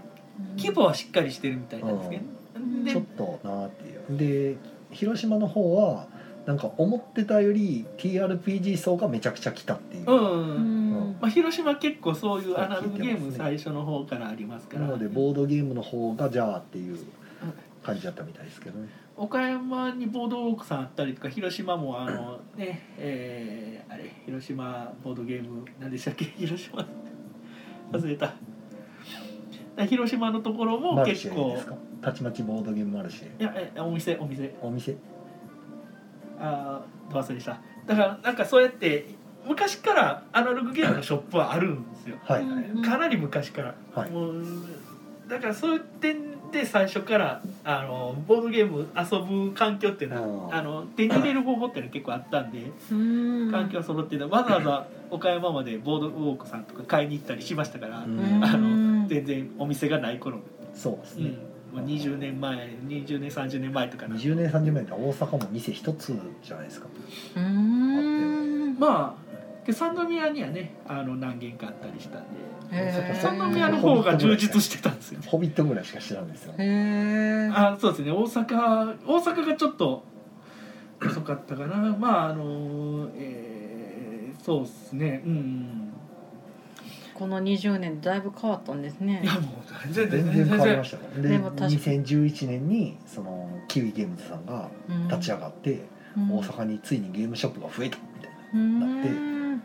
規模はしっかりしてるみたいなんですけど、んでちょっとなーっていうで広島の方はなんか思ってたより TRPG 層がめちゃくちゃ来たっていうんう、なううんんまあ、広島結構そういうアナログゲーそう聞いてまムすね最初の方からありますからのでボードゲームの方がじゃあっていう感じだったみたいですけどね岡山にボードウォークさんあったりとか広島もあの ねえーあれ広島ボードゲーム何でしたっけ 広島忘れただから広島のところもマル結シェ構ですかたちまちボードゲームマルシェいやえお店お店お店あーど忘れしただからなんかそうやって昔からアナログゲームのショップはあるんですよはい、うんかなり昔から、はいもうだからそういう点で最初からあのボードゲーム遊ぶ環境っていうのうんはあの手に入れる方法っていうのは結構あったんでうん環境揃っててわざわざ岡山までボードウォークさんとか買いに行ったりしましたから、うんあうんの全然お店がない頃、そうですうんね、まあ、20年前20年30年前とかな20年30年で大阪も店一つじゃないですかうん。まあで三宮にはねあの何軒かあったりしたんでへー三宮の方が充実してたんですよねホビットぐらいしか知らんですよへえ。あそうですね大阪大阪がちょっと遅かったかなまああのえーそうですねうんこの20年でだいぶ変わったんですねいやもう全然全然変わりまししたねででも確かに2011年にそのキウイゲームズさんが立ち上がって、大阪についにゲームショップが増えたみたいになってな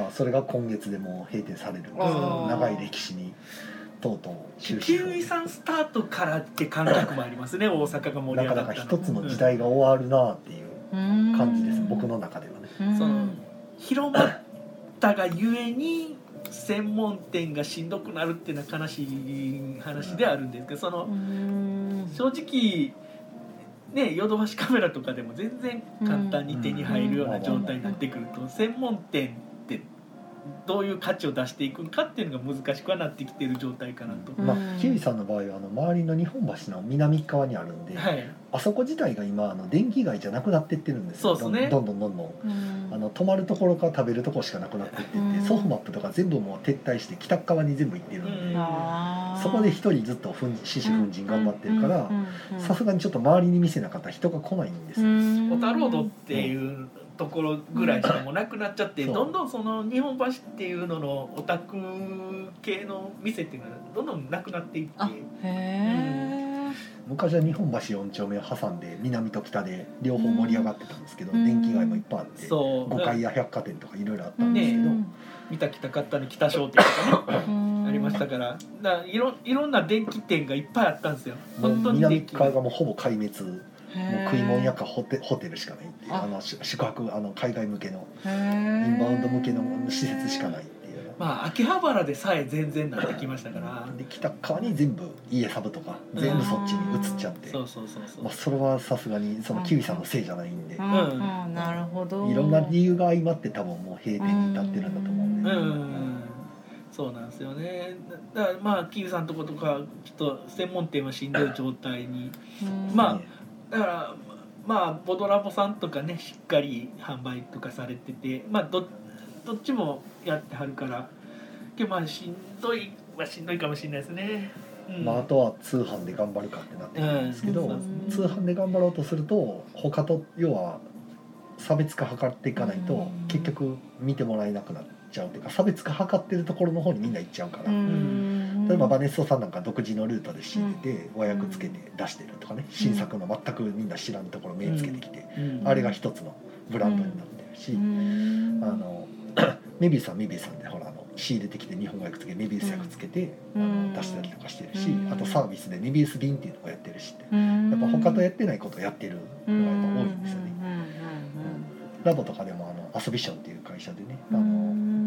まあそれが今月でもう閉店されるあー長い歴史にとうとう終キ止ウイ符さんスタートからって感覚もありますね大阪が盛なりか上がなっかた一つの時代が終わるなっていう感じです、僕の中ではねうんそのの広まったがゆえに専門店がしんどくなるっていうのは悲しい話であるんですけどその正直ねヨドバシカメラとかでも全然簡単に手に入るような状態になってくると専門店ってどういう価値を出していくのかっていうのが難しくはなってきてる状態かなと。うんまあ、キウイさんの場合はあの周りの日本橋の南側にあるんで、はい、あそこ自体が今あの電気街じゃなくなってってるんですよそうですねどんどんどんどんどんあの泊まるところから食べるところしかなくなってってうてんソフマップとか全部もう撤退して北側に全部行ってるんうでんそこで一人ずっと奮獅子奮陣頑張ってるからさすがにちょっと周りに見せなかったら人が来ないんですよ小小太郎堂っていうところぐらいしかもうなくなっちゃって、うんどんどんその日本橋っていうののオタク系の店っていうのがどんどんなくなっていってあへえ昔は日本橋4丁目を挟んで南と北で両方盛り上がってたんですけどうん電気街もいっぱいあってそう5階や百貨店とかいろいろあったんですけねど三滝高ったの北商店とかねあありましたからだいろいろんな電気店がいっぱいあったんですよ本も当うに南電気側がもうほぼ壊滅もう食い物やかかホテホテルしかないっていうああのし宿泊あの海外向けのイインンバウンド向けの施設しかないっていう。まあ秋葉原でさえ全然なってきましたからで北側に全部家サブとか全部そっちに移っちゃって、そうそうそうそうまあ、それはさすがにそのキウイさんのせいじゃないんで、うんうんなるほどいろんな理由が相まって多分もう閉店に至ってるんだと思うんで、うんそうなんですよねだだからまあキウさんとことかちょっと専門店はしんどい状態にうんまあだからまあボドラボさんとかねしっかり販売とかされててまあどどっちもやってはるからけどまあしんどいはしんどいかもしれないですね。うんまあ、あとは通販で頑張るかってなってくるんですけど、うんそう通販で頑張ろうとすると他と要は差別化図っていかないとうん結局見てもらえなくなっちゃうっていうか差別化図ってるところの方にみんな行っちゃうから。うん例えばバネストさんなんか独自のルートで仕入れて和訳つけて出してるとかね新作の全くみんな知らんところ目つけてきてうんあれが一つのブランドになってるしうんあの メビウスはメビウスさんでほらあの仕入れてきて日本語訳つけてメビウス訳つけてあうんの出したりとかしてるしうんあとサービスでメビウス便っていうのをやってるしってうんやっぱ他とやってないことをやってるのがやっぱ多いんですよねうんうんラボとかでもあのアスビションっていう会社でねあうん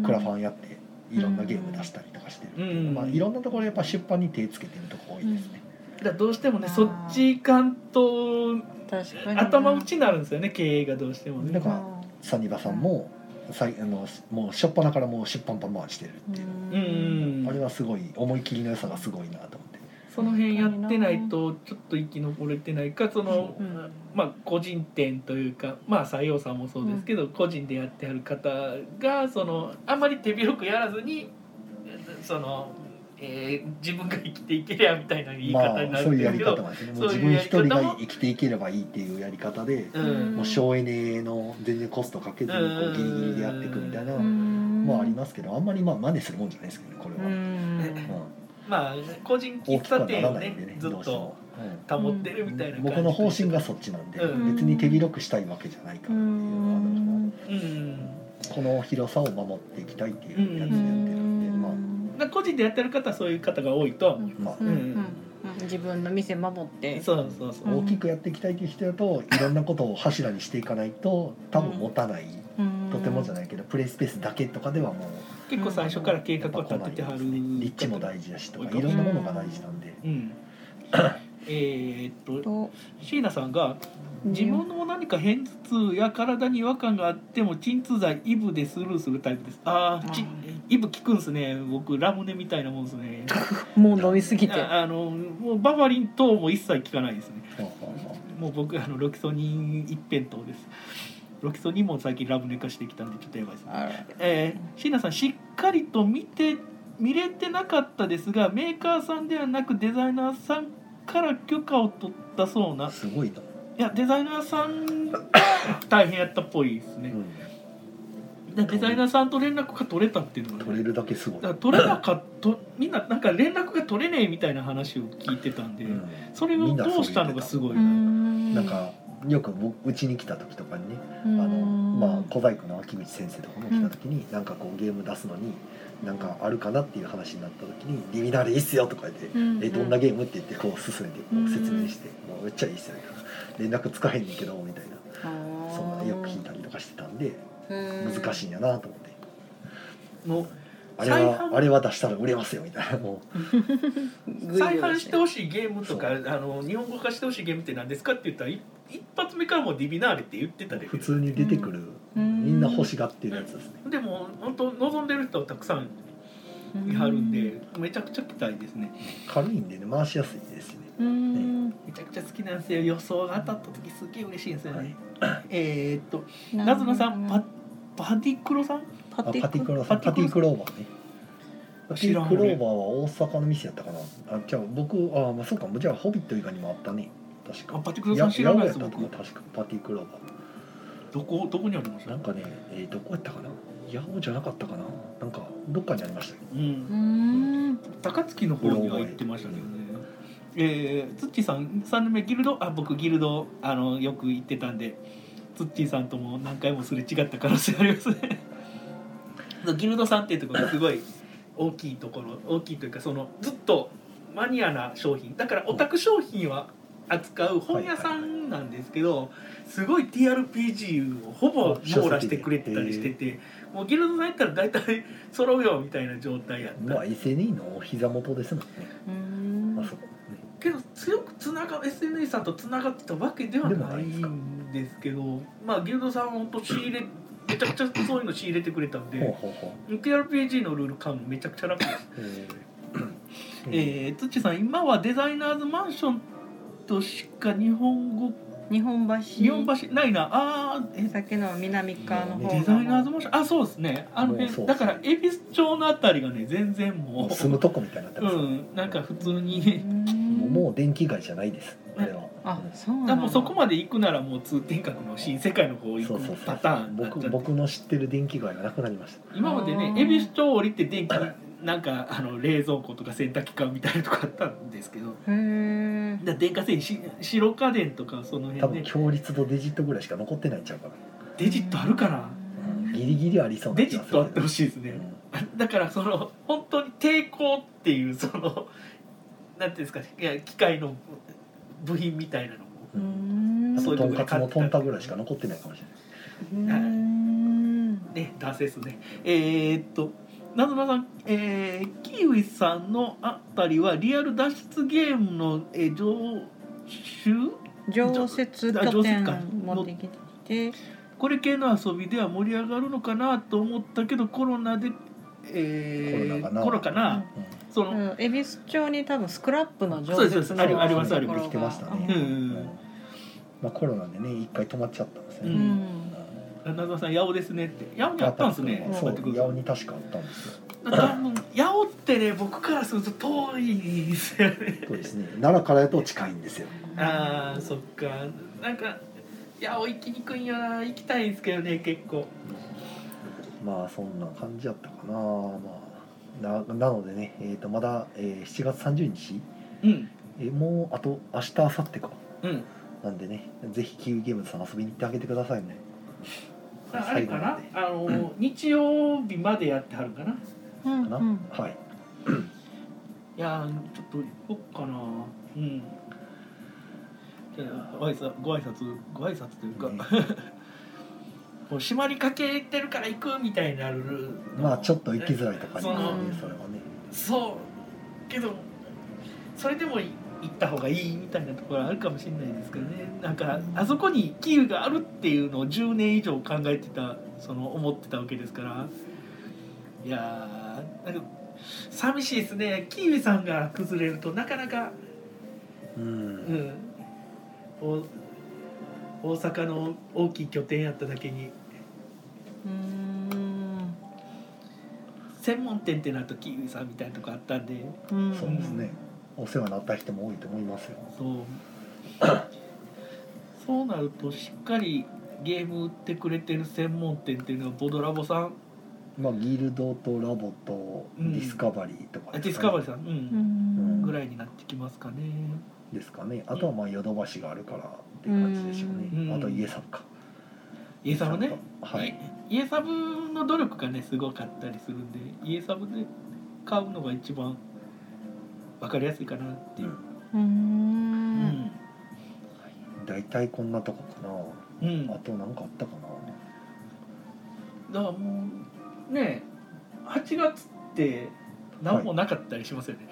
のうんクラファンやっていろんなゲーム出したりとかしてるっていううんまあいろんなところやっぱ出版に手つけてるとこ多いですね。だからどうしてもねあーそっち行かんと確かに頭打ちになるんですよね経営がどうしてもだね。からサニバさんもさいあのもう初っ端からもう出版パン回してるっていう、うんうんあれはすごい思い切りの良さがすごいなと思ってその辺やってないとちょっと生き残れてないかその、うんまあ個人店というかまあ採用さんもそうですけど、個人でやってはる方がそのあんまり手広くやらずにその、えー自分が生きていけりゃみたいな言い方にまなあるそんういうでやすりけど、方なんですねもうそう自いう分や一り方も人が生きていければいいっていうやり方で、うんもう省エネの全然コストかけずにこうんうギリギリでやっていくみたいな、もありますけどあんまりまあ真似するもんじゃないですけどねこれうは、んうんまあ個人喫大きく茶はな店らをないんねでねずっどうしてとも、うん保ってるみたいな感じ僕の方針がそっちなんで、うん別に手広くしたいわけじゃないからっていうのはあるんですけどうんこの広さを守っていきたいっていうやつでやってるんで、まあなんか個人でやってる方はそういう方が多いとは思います、まあうんうん自分の店守ってそうそうそう、うん大きくやっていきたいという人だといろんなことを柱にしていかないと多分持たない、とてもじゃいないけどプレイスペースだけとかではもう結構最初から計画を立ててはる、立地も大事だしとかうんいろんなものが大事なんで、うん、 えーっとと椎名さんが自分の何か片頭痛や体に違和感があっても鎮痛剤イブでスルーするタイプですあああーイブ効くんすね僕ラムネみたいなもんですねもう飲みすぎてああのもうバファリン等も一切効かないですねまあまあまあもう僕あのロキソニン一辺倒ですロキソニンも最近ラムネ化してきたんでちょっとやばいですえー、椎名さんしっかりと見て見れてなかったですがメーカーさんではなくデザイナーさんから許可を取ったそうなすごいな、いやデザイナーさんが大変やったっぽいですね、デザイナーさんと連絡が取れたっていうのがね取れるだけすごいだから取れなかったみんななんか連絡が取れねえみたいな話を聞いてたんで、うんそれをどうしたのがすごいな、ななんかよく僕うちに来た時とかにねああの、まあ、小細工の秋口先生とかも来た時に、なんかこうゲーム出すのになんかあるかなっていう話になった時に「リミナーレいいっすよ」とか言って「えどんなけゲーム?」って言ってこう進めてこう説明して「もうめっちゃいいっすよ」連絡つかへんねんけどみたいなそんなよく聞いたりとかしてたんで難しいんやなと思ってもあれ再は販あれは出したら売れますよみたいなもう再販してほほしいゲームとかあの日本語化してほしいゲームって何ですかって言ったらい一発目からもうディビナーレって言ってたうで普通に出てくる、みみんな欲しがってるやつですね、でも本当望んでる人はたくさんいはるんでめちゃくちゃ期待ですね軽いんでね回しやすいですねめちゃくちゃ好きなんですよ予想が当たった時すげえ嬉しいんですよね、えーっとななずなさんパパディクロさんパあパティクロさパんテパィクテロィクローバーねパテ知らんィクローバーは大阪の店やったかなあじゃあ僕あまあそうかもうじゃあホビット以外にもあったね確あかパティクロさん知らないですや八百屋や僕ったと思う確かパティクローバどこどこにありましーなたんかねえー、どこやったかなヤオじゃなかったかななんかどっかにありましたようん高槻の方には行ってましたけどね。えー、つっちーさん3年目ギルドあ僕ギルドあのよく行ってたんでつっちーさんとも何回もすれ違った可能性ありますね そうギルドさんっていうところがすごい大きいところ大きいというかそのずっとマニアな商品だからオタク商品は扱う本屋さんなんですけどすごい TRPG をほぼ網羅してくれてたりしててもうギルドさんやったら大体揃うよみたいな状態やったまあ SNE のお膝元ですもんね、あそこねけど強くつなが SNS さんとつながってたわけではないんですけどまあギルドさんは本当仕入れめちゃくちゃそういうの仕入れてくれたんほうでほうほう TRPG のルール買うのめちゃくちゃ楽です、えーえー、つっちさん今はデザイナーズマンションとしか日本語日本橋日本橋ないなあーえさっきの南側の方デザイナーズマンションあそうですねあのもうそ辺うだから恵比寿町のあたりがね全然ももうう住むとこみたいになってうます、んなんか普通にもうもう電気街じゃないですあれは、あうんそうだからなもうそこまで行くならもう通天閣の新世界の方行そうくそうそパうターンになっちゃっ僕て僕の知ってる電気街がなくなりました今までねあー恵比寿町降りて電気なんかあの冷蔵庫とか洗濯機買うみたいなとこあったんですけどへえだ電化製品し白家電とかその多辺分で強率とデジットぐらいしか残ってないんちゃうかな、デジットあるかなギリギリありそうなデ気ジがッすトるあってほしいですねだからその本当に抵抗っていうそのなんていうんですかねいや機械の部品みたいなのもうんんあそうというととこで買んかっつたのとんたぐらいしか残ってないかもしれないね男性ですねえー、っとなずなさん、えー、キウイさんのあたりはリアル脱出ゲームの、えー、常習常設拠点持ってきてこれ系の遊びでは盛り上がるのかなと思ったけどコロナで、えー、コロナかなコロナかなその、うん恵比寿町に多分スクラップのそうですそうですありありますありますできてましたね、うんううんんまあ、コロナでね一回止まっちゃったんですようね、うんんなずなさん「八尾ですね」って「八尾にあったんですね」そう待ってくださ八尾いに確かあったんですよだから多分八尾ってね僕からすると遠いんですよねそうですね奈良からやと近いんですよあーそっかなんかいやお行きにくいよな行きたいんですけどね結構まあそんな感じやったかなまあななのでね、えー、とまだ、えー7月30日、うんえーもうあと明日明後日かうんなんでねぜひキウイゲームズさん遊びに行ってあげてくださいねああれかな最後あの、日曜日までやってはるかないうんまでかな、はいやーちょっと行こっかなうんじゃあご挨拶ご挨拶ご挨拶というか、ね もう締まりかけてるから行くみたいになるのまあちょっと行きづらいとかにそねのうんそれはねそうけどそれでもい行った方がいいみたいなところあるかもしれないですけどねなんかあそこにキーウがあるっていうのを10年以上考えてたその思ってたわけですからいやーなんか寂しいですねキーウさんが崩れるとなかなか、ううんん、お大阪の大きい拠点やっただけにうん専門店ってなるとキーウさんみたいなとこあったんで。うんそうですねお世話になった人も多いと思いますよそうそうなるとしっかりゲーム売ってくれてる専門店っていうのはボドラボさんまあギルドとラボとうんディスカバリーとかあですかねディスカバリーさん、うんんぐらいになってきますかねですかねあとはまあヨドバシがあるからっていう感じでしょううんねあとイエサブかイエサブねはいイエサブの努力がねすごかったりするんでイエサブで買うのが一番わかりやすいかなっていう、うーうんん大体こんなとこかなうん、あとなんかあったかなだからもうね8月って何もなかったりしますよね、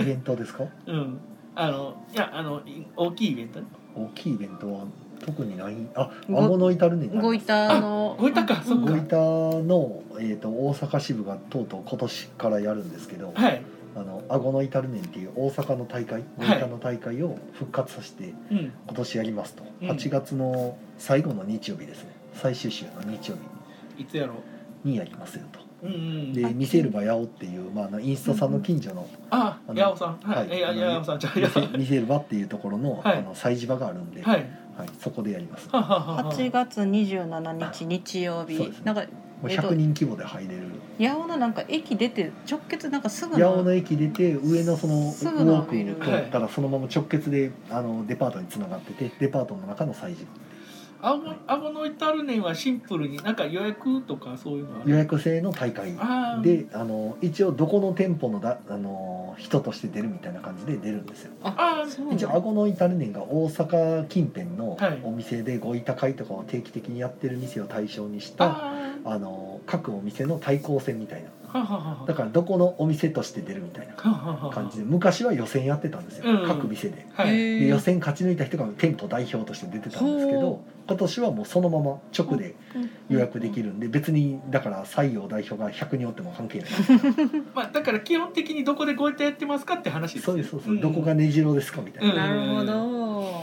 イベントですかうんあのいやあのい大きいイベントね大きいイベントは特にないあごアモノイタルネごいたのごいたかそっゴかイタの、えー、と大阪支部がとうとう今年からやるんですけど、はい、あのアゴのイタルネンっていう大阪の大会ゴイタの大会を復活させてうん、今年やりますと、うん8月の最後の日曜日ですね最終週の日曜いつやろ日にやりますよとううんうんで「見せるばやお」っていう、まああの、インスタさんの近所のああの八尾さんは、はいいえいやあの八尾さんじゃ「あ見八せ尾見せるば」っていうところの,、はいあの催事場があるんで、ははいいそこでやります、はははは8月27日日曜そう日ですねなんかもう100人規模で入れる八尾のなんか駅出て直結なんかすぐ八尾のの駅出て上のそのウすぐのォビールク通ったらそのまま直結であのデパートにつながっててデパートの中の催事あごあごの至る年はシンプルになんか予約とかそういうのあ予る約制の大会あーであの一応どこの店舗のだあの人として出るみたいな感じで出るんですよあそう一応なあのごの至る年が大阪近辺のはいお店でごいた会とかを定期的にやってる店を対象にした、ああの各お店の対抗戦みたいなははははだからどこのお店として出るみたいなはははは感じで昔は予選やってたんですよ、うん各店ではい、へーで予選勝ち抜いた人が店舗代表として出てたんですけどほ今年はもうそのまま直で予約できるんで別にだから採用代表が100人おっても関係ないまあだから基本的にどこでご一体やってますかって話ですそうですそうです、んどこが根城ですかみたいな、うんなるほど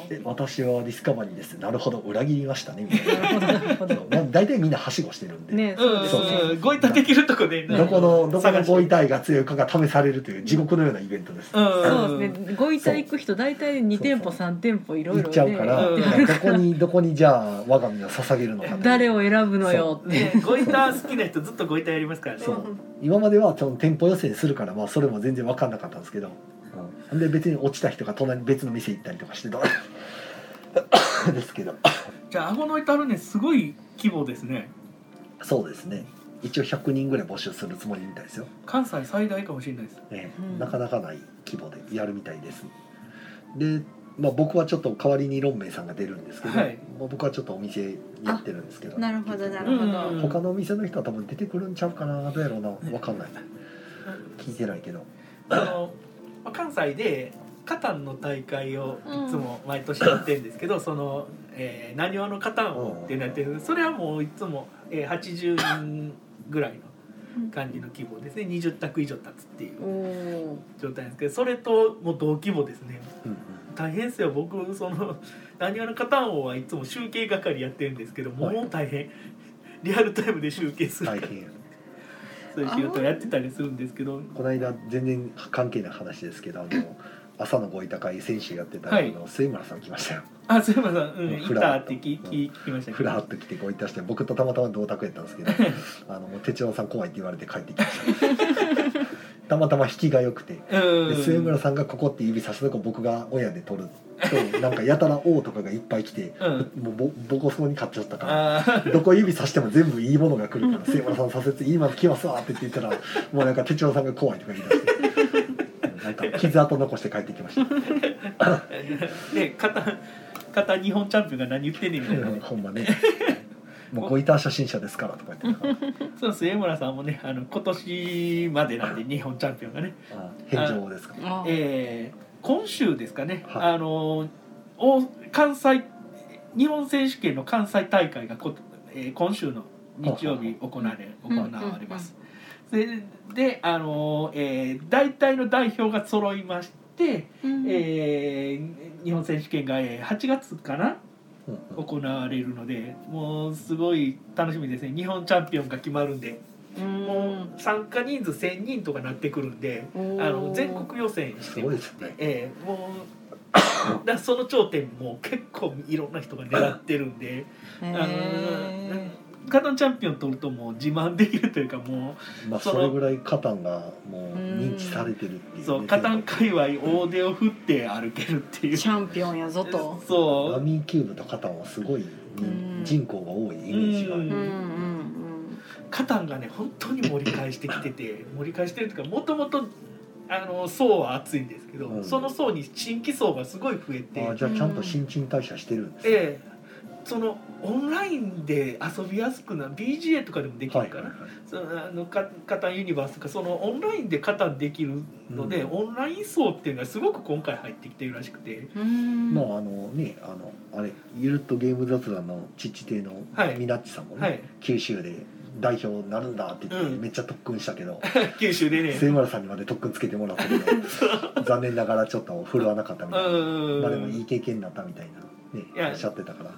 で私はディスカバリーですなるほど裏切りましたねみたいなるほどなるほなそうどまあ大体みんなはしごしてるんで、ねうんそうですねうんうんご一体できるとこでどこのどこ探のしてご遺体が強いかが試されるという地獄のようなイベントです、うんそうですねご遺体行く人大体2店舗3店舗いろ行いっろちゃうから、うんだからどこにどこにじゃあ我が身を捧げるのかという誰を選ぶのよってねご一体好きな人ずっとご一体やりますからねそう今まではその店舗予選するから、まあ、それも全然分かんなかったんですけど、うん、で別に落ちた人が隣に別の店行ったりとかしてた ですけどじゃあ顎の至るねすごい規模ですねそうですね一応100人ぐらい募集するつもりみたいですよ、関西最大かもしれないですええうんなかなかない規模でやるみたいですで、まあ、僕はちょっと代わりにロンメイさんが出るんですけど、はいまあ僕はちょっとお店やってるんですけどなるほどなるほうどん他のお店の人は多分出てくるんちゃうかなどうやろうな分かんない聞いてないけどあのまあ関西でカタンの大会をいつも毎年やってるんですけど、その、えー、何話のカタンをっていうのやってるんですそれはもういつも、えー、80人ぐらいの感じの規模ですね20択以上立つっていうおー状態なんですけどそれともう同規模ですねうんうん大変ですよ僕その何話のカタン王はいつも集計係やってるんですけどもはいう大変リアルタイムで集計する大変そういう仕事をやってたりするんですけどこの間全然関係ない話ですけどあの朝のご委託会選手やってた、はいあの末村さん来ましたよあすいませんうん「いフた」ラって聞き聞きましたふけどらっと来てご委託して僕とたまたま同卓やったんですけどあのもう手帳さん怖いって言われて帰ってきましたたま たま引きが良くてうでん末村さんがここって指さしたとこ僕が親で取るとなんかやたら「王とかがいっぱい来てうんもうボボコそうに買っちゃったからあーどこ指さしても全部いいものが来るから「末村さん左折いいもの来ますわ」って言ってたらもうなんか手帳さんが怖いとか言い出して。なんか傷跡残して帰ってきました。 ね肩肩日本チャンピオンが何言ってんねんみたいなねほんまね。もうごいた初心者ですからとか言ってたからそう末村さんもねあの今年までなんで日本チャンピオンがねあ返上ですか。あーえー今週ですかね、はいあのお関西日本選手権の関西大会がこ、えー今週の日曜日行われう行んわれます。でであの、えー大体の代表が揃いまして、うんえー日本選手権がえー8月かなうんうん行われるのでもうすごい楽しみですね日本チャンピオンが決まるんでもう参加人数1,000人とかなってくるんで。うんあの全国予選してすごいですね。ええもう だからその頂点も結構いろんな人が狙ってるんでへあえのカタンチャンピオン取るともう自慢できるというかもまあそそのれぐらいカタンがもう認知されてるっていううそうねカタン界隈大手を振って歩けるっていうチャンピオンやぞと。そラうミーキューブとカタンはすごいん人口が多いイメージがあうんうるんうん。カタンがね本当に盛り返してきてて盛り返してるというかもともとあの層は厚いんですけど、うんその層に新規層がすごい増えてああじゃあちゃんと新陳代謝してるんですねええそのオンラインで遊びやすくな BGA とかでもできはるいかな、そのあのカカタンユニバースとかそのオンラインでカタンできるので、うんオンライン層っていうのがすごく今回入ってきてるらしくてうん。まああのねあのあれゆるっとゲーム雑談のちっち亭のはいみなっちさんもね、はい九州で代表になるんだって言ってうんめっちゃ特訓したけど、九州でね末村さんにまで特訓つけてもらった けど残念ながらちょっと振るわなかったみうたいな、まあでもいいん経験になったみたいいなねやおっしゃってたから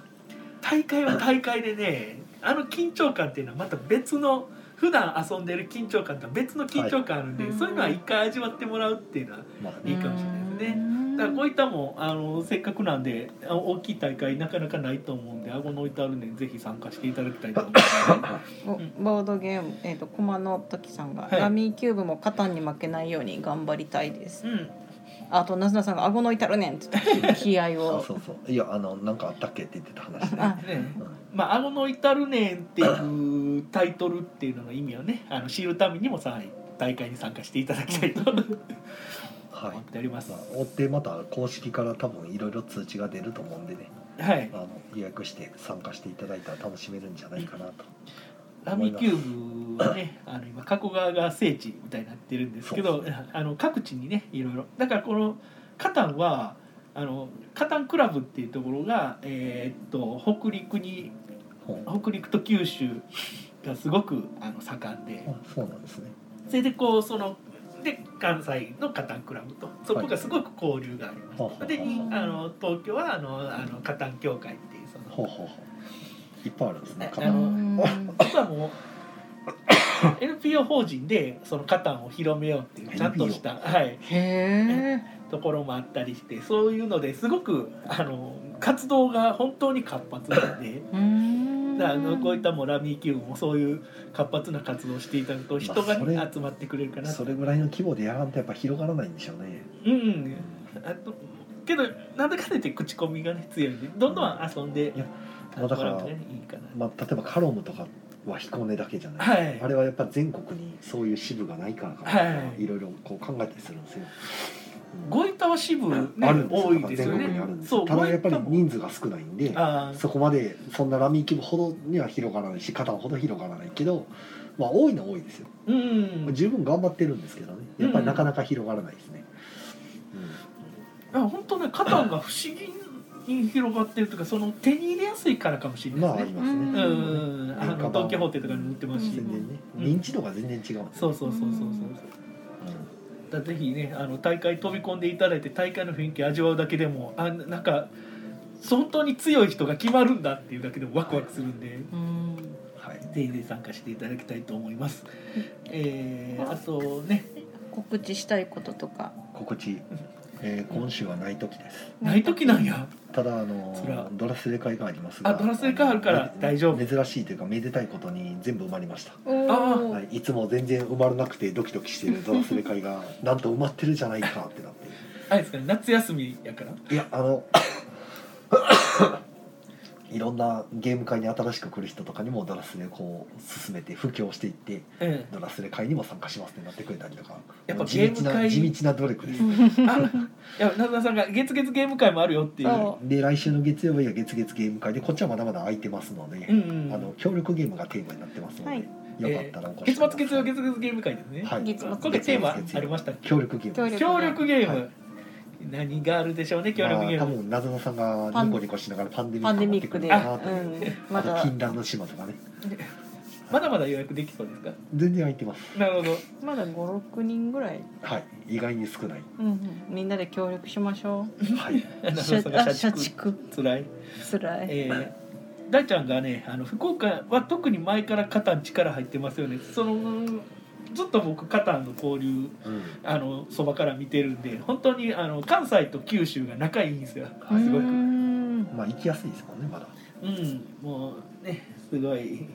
大会は大会でねあの緊張感っていうのはまた別の普段遊んでる緊張感とは別の緊張感あるんで、はいそういうのは一回味わってもらうっていうのはまあいいね、かもしれないですねだからこういったもんあのせっかくなんであ大きい大会なかなかないと思うんで顎の置いてあるんでぜひ参加していただきたいと思います、おボードゲーム、えっ、と、駒の時さんが、はいラミーキューブも肩に負けないように頑張りたいです。うん、あと、なずなさんが顎の至るねんって 言って、気合あを。そうそういやあのなんかあったっけって言ってた話ね、あねうんまあ「あのの至るねん」っていうタイトルっていうのの意味をねあの知るためにもさ大会に参加していただきたいと思はいっておりますまあ、追ってまた公式から多分いろいろ通知が出ると思うんでねはいあの予約して参加していただいたら楽しめるんじゃないかなとラミキューブは ねあの今加古川が聖地みたいになってるんですけそどうですあの各地にねいろいろだからこのカタンはあのカタンクラブっていうところが、えーっと北陸にほう北陸と九州がすごくあの盛んであそうなんですねそれでこうそので関西のカタンクラブとそこがすごく交流がありました、はいでにあの東京はあのあのカタン協会っていうそのほうほうほういっぱいあるんですねあカのタン実はもう NPO 法人でそのカタンを広めようっていうちゃんとした、はい、へところもあったりしてそういうのですごくあの活動が本当に活発なんで。え。うん。だからあのこういったもうラミーキューブもそういう活発な活動をしていただくと人がねまあそれ集まってくれるかなとそれぐらいの規模でやらんとやっぱ広がらないんでしょうね、うんうんあとけどなんだかんだ言って口コミがね強いんでどんどん遊んでいやあのだからもうねいいかな、まあ、例えばカロムとかは彦根だけじゃない、はいあれはやっぱ全国にそういう支部がないからかな、はいいろいろこう考えたりするんですよ、うんごいたは支部、ね、あるんですよ多いですよ全国にあねるんですそようただやっぱり五井人数が少ないんで田もああそこまでそんなラミー規模ほどには広がらないしカタンほど広がらないけどまあ多いのは多いですようん十分頑張ってるんですけどねやっぱりなかなか広がらないですね、あ本当ね肩が不思議に広がってるというかその手に入れやすいからかもしれうんなまあいあでりすね、ますね、ううんんうんあのうん東京ホテルとかにも売ってますし、全然ね、うん認知度が全然違うんですよそうそうそうそうそうだからぜひねあの大会飛び込んでいただいて大会の雰囲気味わうだけでもあなんか本当に強い人が決まるんだっていうだけでもワクワクするんで、うん。はいぜひぜひ参加していただきたいと思います。えー、あとね告知したいこととか。心地いい、えー今週はない時ですない時なんや。ただあのそらドラスレ会がありますがあドラスレ会あるからの大丈夫珍しいというかめでたいことに全部埋まりましたおーあーはい、いつも全然埋まらなくてドキドキしているドラスレ会がなんと埋まってるじゃないかってなってあれですかね夏休みやから。いやあの いろんなゲーム会に新しく来る人とかにもドラスレをこう進めて布教していってえドラスレ会にも参加しますってなってくれたりとかやっぱもう地道ゲームな会地道な努力ですえあ いやなずなさんが月月ゲーム会もあるよっていう。そで来週の月曜日は月月ゲーム会でこっちはまだまだ空いてますので、うんうん。あの協力ゲームがテーマになってますので、はいよかったらお月越しくだ末さい月曜月月ゲーム会ですね。はい月末今回テーマありましたっけ。協力ゲームです協力ゲーム。は何があるでしょうね協力ゲーまあ、多ム。分謎のさんがニコニコしながらパンデミックパンデミックで。う。持ってくるかなというんまあとだ禁。断の島とかねまだまだ予約できそうですか。全然空いてますなるほど。まだ五六人ぐらい。はい意外に少ないうんうん。みんなで協力しましょはい、なう。ずなさんがあ社社畜畜。つらい。つらい。えー大ちゃんがねあの福岡は特に前から肩に力入ってますよねそのずっと僕カタンの交流うんあのそばから見てるんで本当にあの関西と九州が仲いいんですようすごく。んまあ行きやすいですもんねまだうん、もうねすごい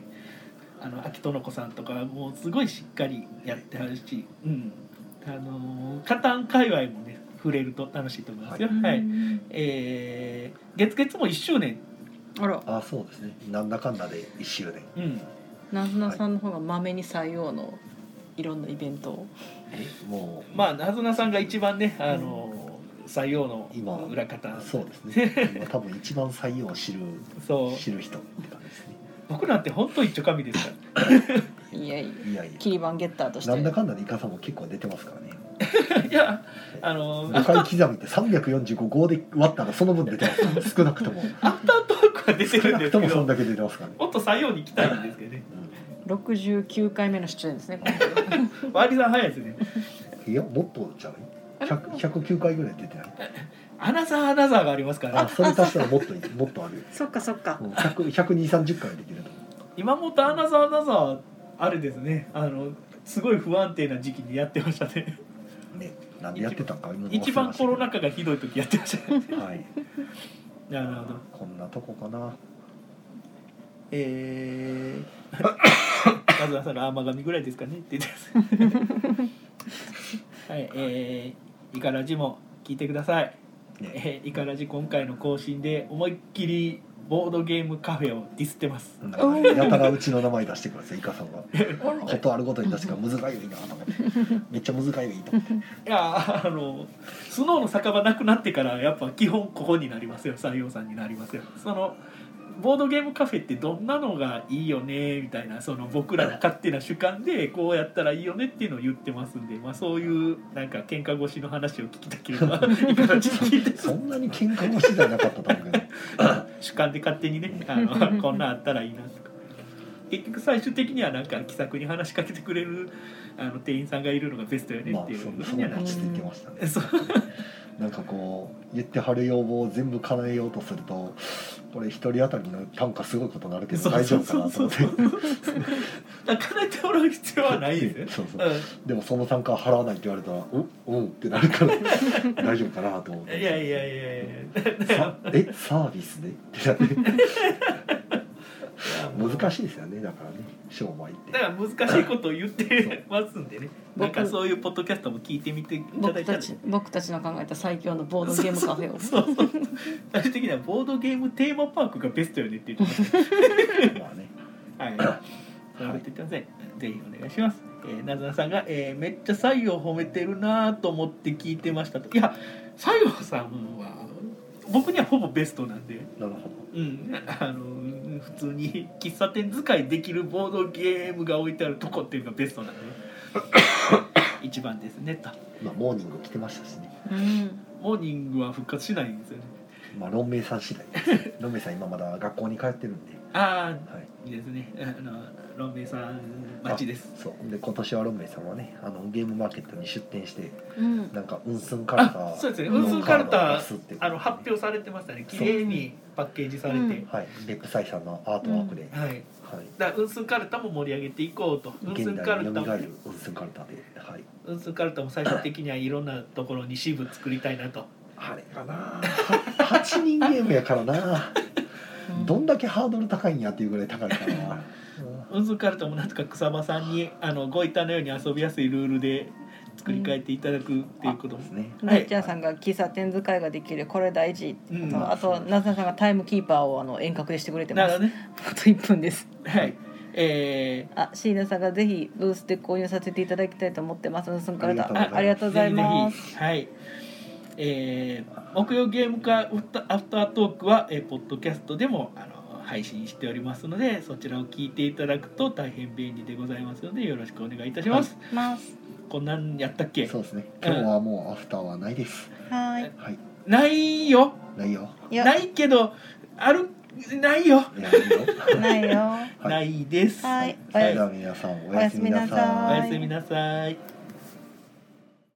あの秋の子さんとかもうすごいしっかりやってはるし、うん、あのカタン界隈もね触れると楽しいと思いますよ。はい、えー月月も1周年、あらあそうですねなんだかんだで1周年うん、なずなさんの方がまめに採用のいろんなイベントをもうまあなずなさんが一番ねあの、採用の今裏方そうです ね今多分一番採用を知るそう知る人って感じですね僕なんて本当一丁神ですからいやいやいやいキやリバンゲッターとしてなんだかんだでイカさんも結構出てますからね いやあのア5フタ回ー刻みって345号で割ったらその分出てます少なくともアフタートークは出てる少んなでくすとけもそんどだけ出てますからねもっと採用に行きたいんですけどね69回目の出演ですね今回割り算早いですねいやもっとじゃない100 109回ぐらい出てないアナザーアナザーがありますから、あね、それ足したらもっといいもっとあるよ そっかそっかもう100 120、30回できると思今本アナザーアナザーあれですねあのすごい不安定な時期にやってましたねう。ね、なんでやってたんか、今も忘れまし一た番コロナ禍がひどい時やってました ねはい、なるほどこんなとこかな。えー、 カズマさんの甘神ぐらいですかねって言って ますはいえー、イカラジも聞いてください、ね、えー、イカラジ今回の更新で思いっきりボードゲームカフェをディスってますなんかねやたらうちの名前出してくるんですよ、イカさんが。こあとあるごとに出してから、むずがゆいなと思って。めっちゃむずがゆいと思って。いやーあのスノーの酒場なくなってからやっぱ基本ここになりますよ採用さんになりますよそのボードゲームカフェってどんなのがいいよねみたいなその僕らの勝手な主観でこうやったらいいよねっていうのを言ってますんで、まあ、そういうなんか喧嘩越しの話を聞きたければいかがちに聞いてそんなに喧嘩腰じゃなかったと思うけど。 主観で勝手にねあのこんなんあったらいいなとか結局最終的にはなんか気さくに話しかけてくれるあの店員さんがいるのがベストよねまあっていう、そ、そんな落ち着いてましたね。そうなんかこう、言ってはる要望を全部叶えようとすると。これ一人当たりの単価すごいことになるけど、大丈夫かなと思って。 泣かないてもらう必要はないですね。そうそう。うでもその参加は払わないって言われたら「おうん」ってなるから 大丈夫かなと思っん、ていやいやいやいさえサービスでってなって や難しいしいですよねだからね商売ってだから難しいことを言ってますんでねそうなんかそういうポッドキャストも聞いてみていただ僕いたらたち僕たちの考えた最強のボードゲームカフェをそうそうそう最終的にはボードゲームテーマパークがベストよねって言ってますまあねはい。そういうこと言ってません。ぜひお願いします。えー、なずなさんが、えーめっちゃ採用褒めてるなと思って聞いてましたと。いや、採用さんは。僕にはほぼベストなんで、なるほうん、あの、普通に喫茶店使いできるボードゲームが置いてあるとこっていうのがベストなんで。一番ですねと。どまあモーニング来てましたしねうんモーニングは復活しないんですよね。まあ論明さん次 第です論明さん今まだ学校に通ってるんで、あはい、あ、いいですね。あの、ロンメイさん、待ちです。そうで今年は論明さんはねあのゲームマーケットに出店してうんなんか運寸カルタあそうですね運寸カルタあの発表表されてましたね綺麗にパッケージされて、うんはいベップサイさんのアートワークで、ははいいだから運数カルタも盛り上げていこうと運現数カ代ルにタも蘇る運寸カルタではい運数カルタも最終的にはいろんなところに支部作りたいなとあれかな8人ゲームやからなどんだけハードル高いんやっていうぐらい高いから な運数カルタもなんとか草場さんにあのご遺体のように遊びやすいルールで作り変えていただくっていうことでもす、ねライチャーさんが喫茶店使いができるこれ大事ってこと、うんあとなずなさんがタイムキーパーをあの遠隔でしてくれてなまるすほどねあと1分ですはいえあ椎名さんがぜひブースで購入させていただきたいと思ってますのでその方ああありりががととうー、ございまぜすひぜひはいえー、木曜ゲーム会アフタアフタートークは、えー、ポッドキャストでもあの配信しておりますのでそちらを聞いていただくと大変便利でございますのでよろしくお願いいたします、ますこんなんやったっけそうですね今日はもうアフターはないですはいはいないよないよいやないけどあるないよ、いやいいよないよはいないです、はいそれでは皆さんおやすみなおやすみなささおいやすみなさい